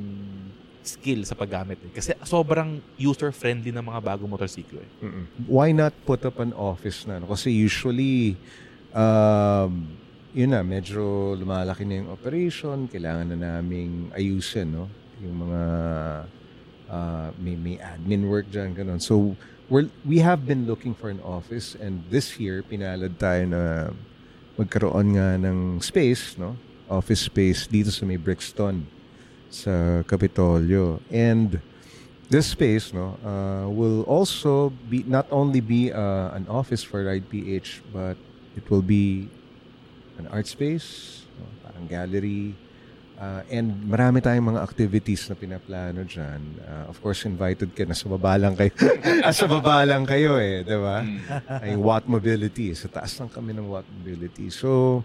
[SPEAKER 2] skill sa paggamit. Eh. Kasi sobrang user-friendly ng mga bagong motorsiklo eh.
[SPEAKER 4] Mm-mm. Why not put up an office na? no? Kasi usually, um, yun na, medyo lumalaki na yung operation. Kailangan na naming ayusin, no? Yung mga, uh, may, may admin work dyan, ganun. So, we're, we have been looking for an office and this year, pinalad tayo na magkaroon nga ng space, no? Office space dito sa may Brixton sa Kapitolyo. And this space no uh, will also be not only be uh, an office for Ride PH but it will be an art space no, parang gallery uh, and marami tayong mga activities na pinaplano diyan Uh, of course invited ka na sa baba lang kayo Ah, sa baba lang kayo eh di ba ay Watt Mobility sa taas lang kami ng Watt Mobility so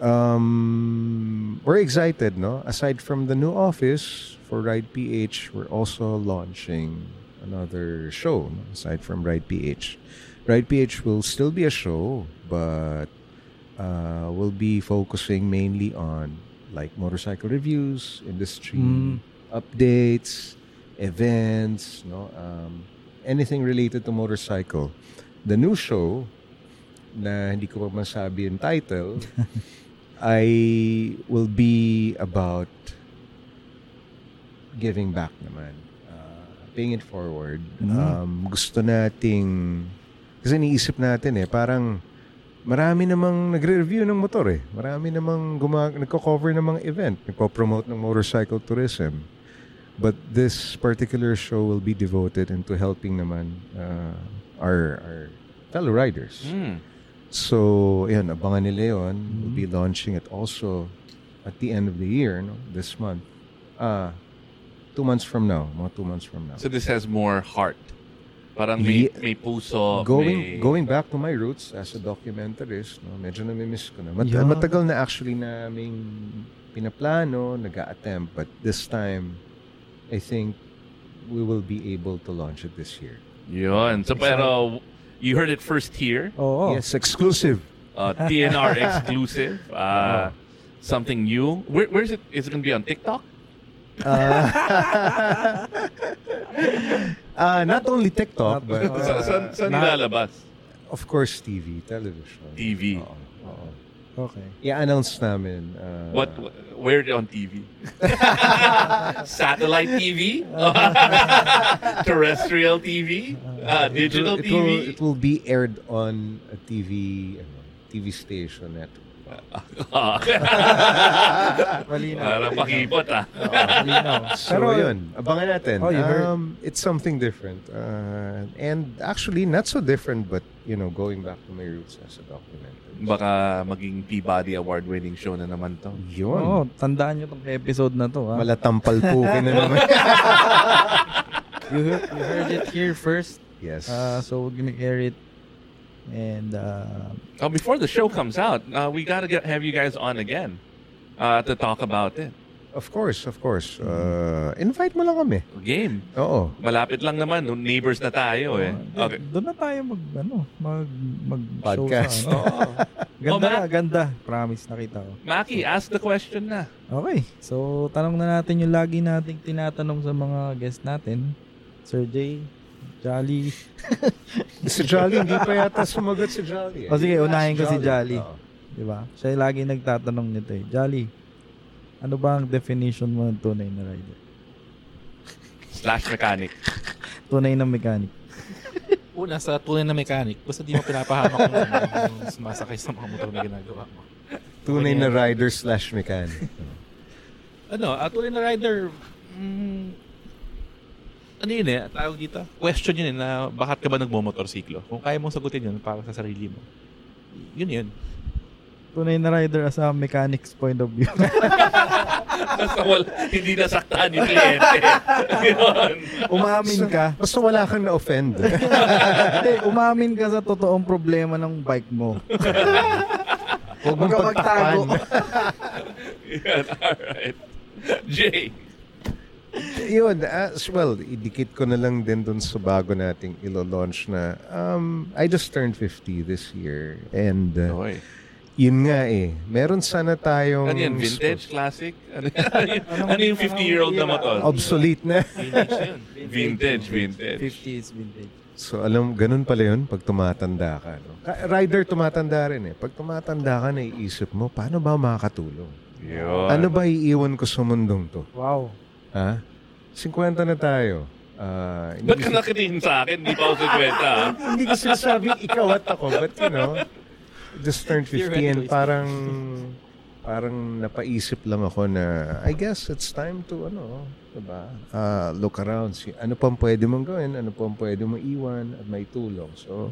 [SPEAKER 4] um, we're excited, no? Aside from the new office for Ride PH, we're also launching another show no? aside from Ride PH. Ride PH will still be a show, but uh, we'll be focusing mainly on like motorcycle reviews, industry
[SPEAKER 3] Mm.
[SPEAKER 4] updates, events, no, um, anything related to motorcycle. The new show na hindi ko pa masabi yung title I will be about giving back naman. Uh, paying it forward.
[SPEAKER 3] Mhm.
[SPEAKER 4] Um, gusto nating, kasi iniisip natin eh, parang marami namang nagre-review ng motor eh. Marami namang guma- nagko-cover ng mga event, nagpo-promote ng motorcycle tourism. But this particular show will be devoted into helping naman uh, our, our fellow riders.
[SPEAKER 5] Mm.
[SPEAKER 4] So, yun, abangan nila yun. We'll be launching it also at the end of the year, no? this month. Ah, two months from now. Mga two months from now.
[SPEAKER 5] So this has more heart. Parang may,
[SPEAKER 4] Ye-
[SPEAKER 5] may puso,
[SPEAKER 4] going
[SPEAKER 5] may...
[SPEAKER 4] going back to my roots as a documentarist, no, medyo nami-miss ko na. Mat-
[SPEAKER 3] Yeah.
[SPEAKER 4] Matagal na actually naming pinaplano, nag attempt but this time, I think we will be able to launch it this year.
[SPEAKER 5] Yun. So pero You heard it first here.
[SPEAKER 3] Oo.
[SPEAKER 4] Yes, Oh, exclusive.
[SPEAKER 5] Uh, TNR exclusive. Uh, something new. Where, where is it? Is it going to be on TikTok?
[SPEAKER 4] Uh, Ah. not only TikTok,
[SPEAKER 3] Not-
[SPEAKER 4] Ah, but
[SPEAKER 3] Uh,
[SPEAKER 5] Sa- saan- saan
[SPEAKER 4] na-
[SPEAKER 5] lalabas?
[SPEAKER 4] of course TV, television.
[SPEAKER 5] TV.
[SPEAKER 4] Oo, oo.
[SPEAKER 3] Okay.
[SPEAKER 4] I-announce namin. uh,
[SPEAKER 5] What? wh- Where on TV? Satellite TV? Terrestrial TV?
[SPEAKER 4] it will-
[SPEAKER 5] Uh, digital
[SPEAKER 4] it will,
[SPEAKER 5] TV?
[SPEAKER 4] It will be aired on a TV, ano, TV station network.
[SPEAKER 5] Para
[SPEAKER 3] Malinaw.
[SPEAKER 5] Ah. pakipot ah.
[SPEAKER 3] Malinaw.
[SPEAKER 4] So
[SPEAKER 3] Pero-
[SPEAKER 4] yun, abangan natin.
[SPEAKER 3] Oh, you heard-
[SPEAKER 4] um, it's something different. Uh, and actually, not so different, but, you know, going back to my roots as a documentary.
[SPEAKER 5] Baka maging Peabody Award-winning show na naman to.
[SPEAKER 4] Yun.
[SPEAKER 3] Oo, tandaan nyo tong episode na to. Ha?
[SPEAKER 4] Malatampal po ka na naman.
[SPEAKER 3] You, heard- you heard it here first.
[SPEAKER 4] yes.
[SPEAKER 3] Uh, so we're gonna air it. And uh,
[SPEAKER 5] Uh, before the show comes out, uh, we gotta get have you guys on again uh, to talk about it.
[SPEAKER 4] of course, of course.
[SPEAKER 3] Mm-hmm.
[SPEAKER 4] Uh, invite mo lang kami.
[SPEAKER 5] Game.
[SPEAKER 4] Oo.
[SPEAKER 5] Malapit lang naman. Neighbors na tayo eh.
[SPEAKER 3] Ah,
[SPEAKER 5] Okay.
[SPEAKER 3] doon na tayo mag ano, mag mag
[SPEAKER 4] Podcast.
[SPEAKER 3] Show sa, ano.
[SPEAKER 5] Oo.
[SPEAKER 3] Ganda,
[SPEAKER 5] Oh, Matt.
[SPEAKER 3] na, ganda. Promise nakita ko.
[SPEAKER 5] Maki, ask the question na.
[SPEAKER 3] Okay. So tanong na natin yung lagi nating tinatanong sa mga guest natin. Sir Jay, Jolly.
[SPEAKER 4] Si Jolly, hindi pa yata sumagot si Jolly. eh.
[SPEAKER 3] O sige, unahin ko si Jolly.
[SPEAKER 4] Oo.
[SPEAKER 3] Di ba? Siya yung lagi nagtatanong nito eh. Jolly, ano ba ang definition mo ng tunay na rider?
[SPEAKER 5] Slash mechanic.
[SPEAKER 3] Tunay na mechanic.
[SPEAKER 2] Una, sa tunay na mechanic, basta di mo pinapahamak kung ano yung sumasakay sa mga motor na ginagawa mo.
[SPEAKER 4] Tunay na rider slash mechanic.
[SPEAKER 2] Ano, uh, tunay na rider, mm, ano yun eh, tawag dito? Question yun eh, na bakit ka ba nagmumotorsiklo? Kung kaya mong sagutin yun para sa sarili mo, yun yun.
[SPEAKER 3] Tunay na rider as a mechanic's point of view.
[SPEAKER 5] Basta wal- hindi nasaktan yung kliyente. Yun.
[SPEAKER 3] umamin ka.
[SPEAKER 4] Basta wala kang na-offend.
[SPEAKER 3] Hindi, umamin ka sa totoong problema ng bike mo. Huwag mong pagtago.
[SPEAKER 5] Yun, alright. Jay.
[SPEAKER 4] Yun, as well, idikit ko na lang din dun sa bago nating ilo-launch na um, I just turned 50 this year. And uh,
[SPEAKER 5] Oy.
[SPEAKER 4] yun nga eh, meron sana tayong...
[SPEAKER 5] Ano yan? Vintage? Classic? Ano, ano yung 50-year-old na motor?
[SPEAKER 4] Obsolete na.
[SPEAKER 5] Vintage, vintage.
[SPEAKER 3] 50s vintage.
[SPEAKER 4] So alam, ganun pala yun pag tumatanda ka. No? Ka- Rider tumatanda rin eh. Pag tumatanda ka, naiisip mo, paano ba makakatulong?
[SPEAKER 5] Yun.
[SPEAKER 4] Ano ba iiwan ko sa mundong to?
[SPEAKER 3] Wow.
[SPEAKER 4] Ha? 50 na tayo. Ah, hindi ko
[SPEAKER 5] Ba't ka nakitingin sa akin? Hindi pa ako sa kwenta. ah.
[SPEAKER 4] hindi ko sinasabing ikaw at ako, but you know, just turned 50 and parang, parang napaisip lang ako na, I guess it's time to, ano, diba, Ah, look around, see, ano pang pwede mong gawin, ano pang pwede mong iwan, at may tulong. So,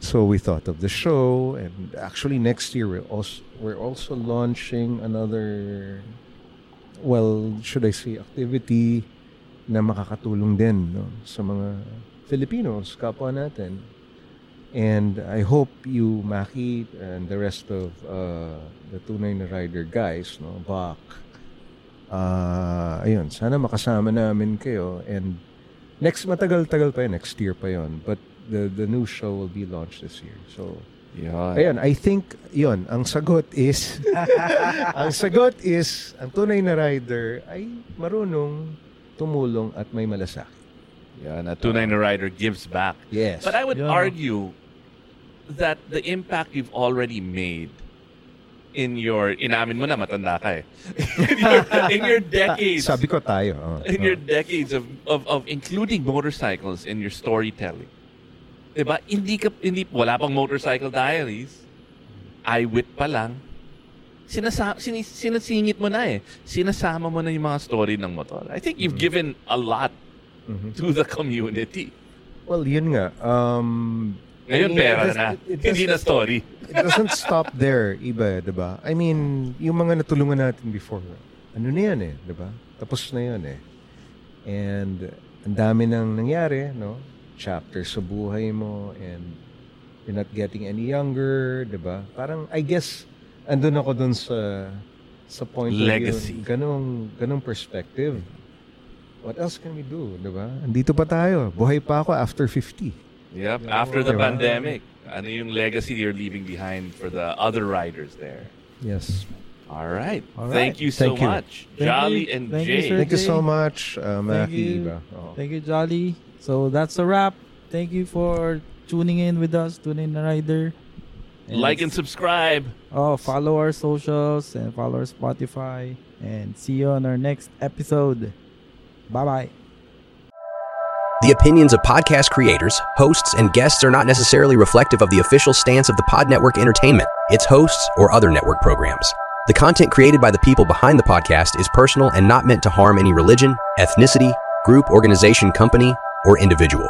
[SPEAKER 4] so we thought of the show, and actually next year we're also, we're also launching another, well, should I say, activity na makakatulong din no, sa mga Filipinos, kapwa natin. And I hope you, Maki, and the rest of uh, the Tunay na Rider guys, no, Bak, ah, ayun, sana makasama namin kayo. And next, matagal-tagal pa yun, next year pa yun. But the, the new show will be launched this year. So, Ayun, I think, yun, ang sagot is, ang sagot is, ang tunay na rider ay marunong tumulong at may malasakit.
[SPEAKER 5] Yan, a tunay na rider gives back.
[SPEAKER 4] Yes.
[SPEAKER 5] But I would
[SPEAKER 3] Yeah.
[SPEAKER 5] argue that the impact you've already made in your, inamin mo na matanda ka eh. in, your, in your decades,
[SPEAKER 4] Sabi ko tayo. oh.
[SPEAKER 5] uh, in your decades of, of, of including motorcycles in your storytelling. Diba? Hindi ka, hindi, wala pang motorcycle diaries. Eyewit pa lang. Sinasa, sinis, sinasingit mo na eh. Sinasama mo na yung mga story ng motor. I think
[SPEAKER 4] Mm.
[SPEAKER 5] you've given a lot
[SPEAKER 4] Mhm.
[SPEAKER 5] to the community.
[SPEAKER 4] Well, yun nga. Um, I
[SPEAKER 5] Ngayon,
[SPEAKER 4] mean,
[SPEAKER 5] pera
[SPEAKER 4] it does-
[SPEAKER 5] na.
[SPEAKER 4] it
[SPEAKER 5] Hindi na
[SPEAKER 4] does-
[SPEAKER 5] story.
[SPEAKER 4] It doesn't stop there, iba, di ba? I mean, yung mga natulungan natin before, ano na yan eh, di ba? Tapos na yan eh. And ang dami nang nangyari, no? Chapter sa buhay mo and you're not getting any younger, di ba? Parang, I guess, andun ako dun sa sa point
[SPEAKER 5] Legacy.
[SPEAKER 4] of view. Ganong, ganong diba? perspective. What else can we do, di ba? Andito pa tayo. Buhay pa ako after 50.
[SPEAKER 5] Yep.
[SPEAKER 3] Yeah,
[SPEAKER 5] After the
[SPEAKER 4] diba?
[SPEAKER 5] pandemic, ano yung legacy you're leaving behind for the other riders there?
[SPEAKER 4] Yes.
[SPEAKER 5] All right.
[SPEAKER 3] All right.
[SPEAKER 5] Thank you so
[SPEAKER 4] Thank you.
[SPEAKER 5] much,
[SPEAKER 3] Thank
[SPEAKER 5] Jolly
[SPEAKER 3] you.
[SPEAKER 5] and
[SPEAKER 3] Thank you,
[SPEAKER 5] Jay.
[SPEAKER 3] sir.
[SPEAKER 4] Thank you so much, uh,
[SPEAKER 3] Thank
[SPEAKER 4] Maki.
[SPEAKER 3] you.
[SPEAKER 4] Iba. Oo.
[SPEAKER 3] Thank you, Jolly. So that's a wrap. Thank you for tuning in with us, tuning in the rider.
[SPEAKER 5] Like and subscribe.
[SPEAKER 3] oh, follow our socials and follow our Spotify. And see you on our next episode. Bye bye.
[SPEAKER 1] The opinions of podcast creators, hosts, and guests are not necessarily reflective of the official stance of the Pod Network Entertainment, its hosts, or other network programs. The content created by the people behind the podcast is personal and not meant to harm any religion, ethnicity, group, organization, company, or individual.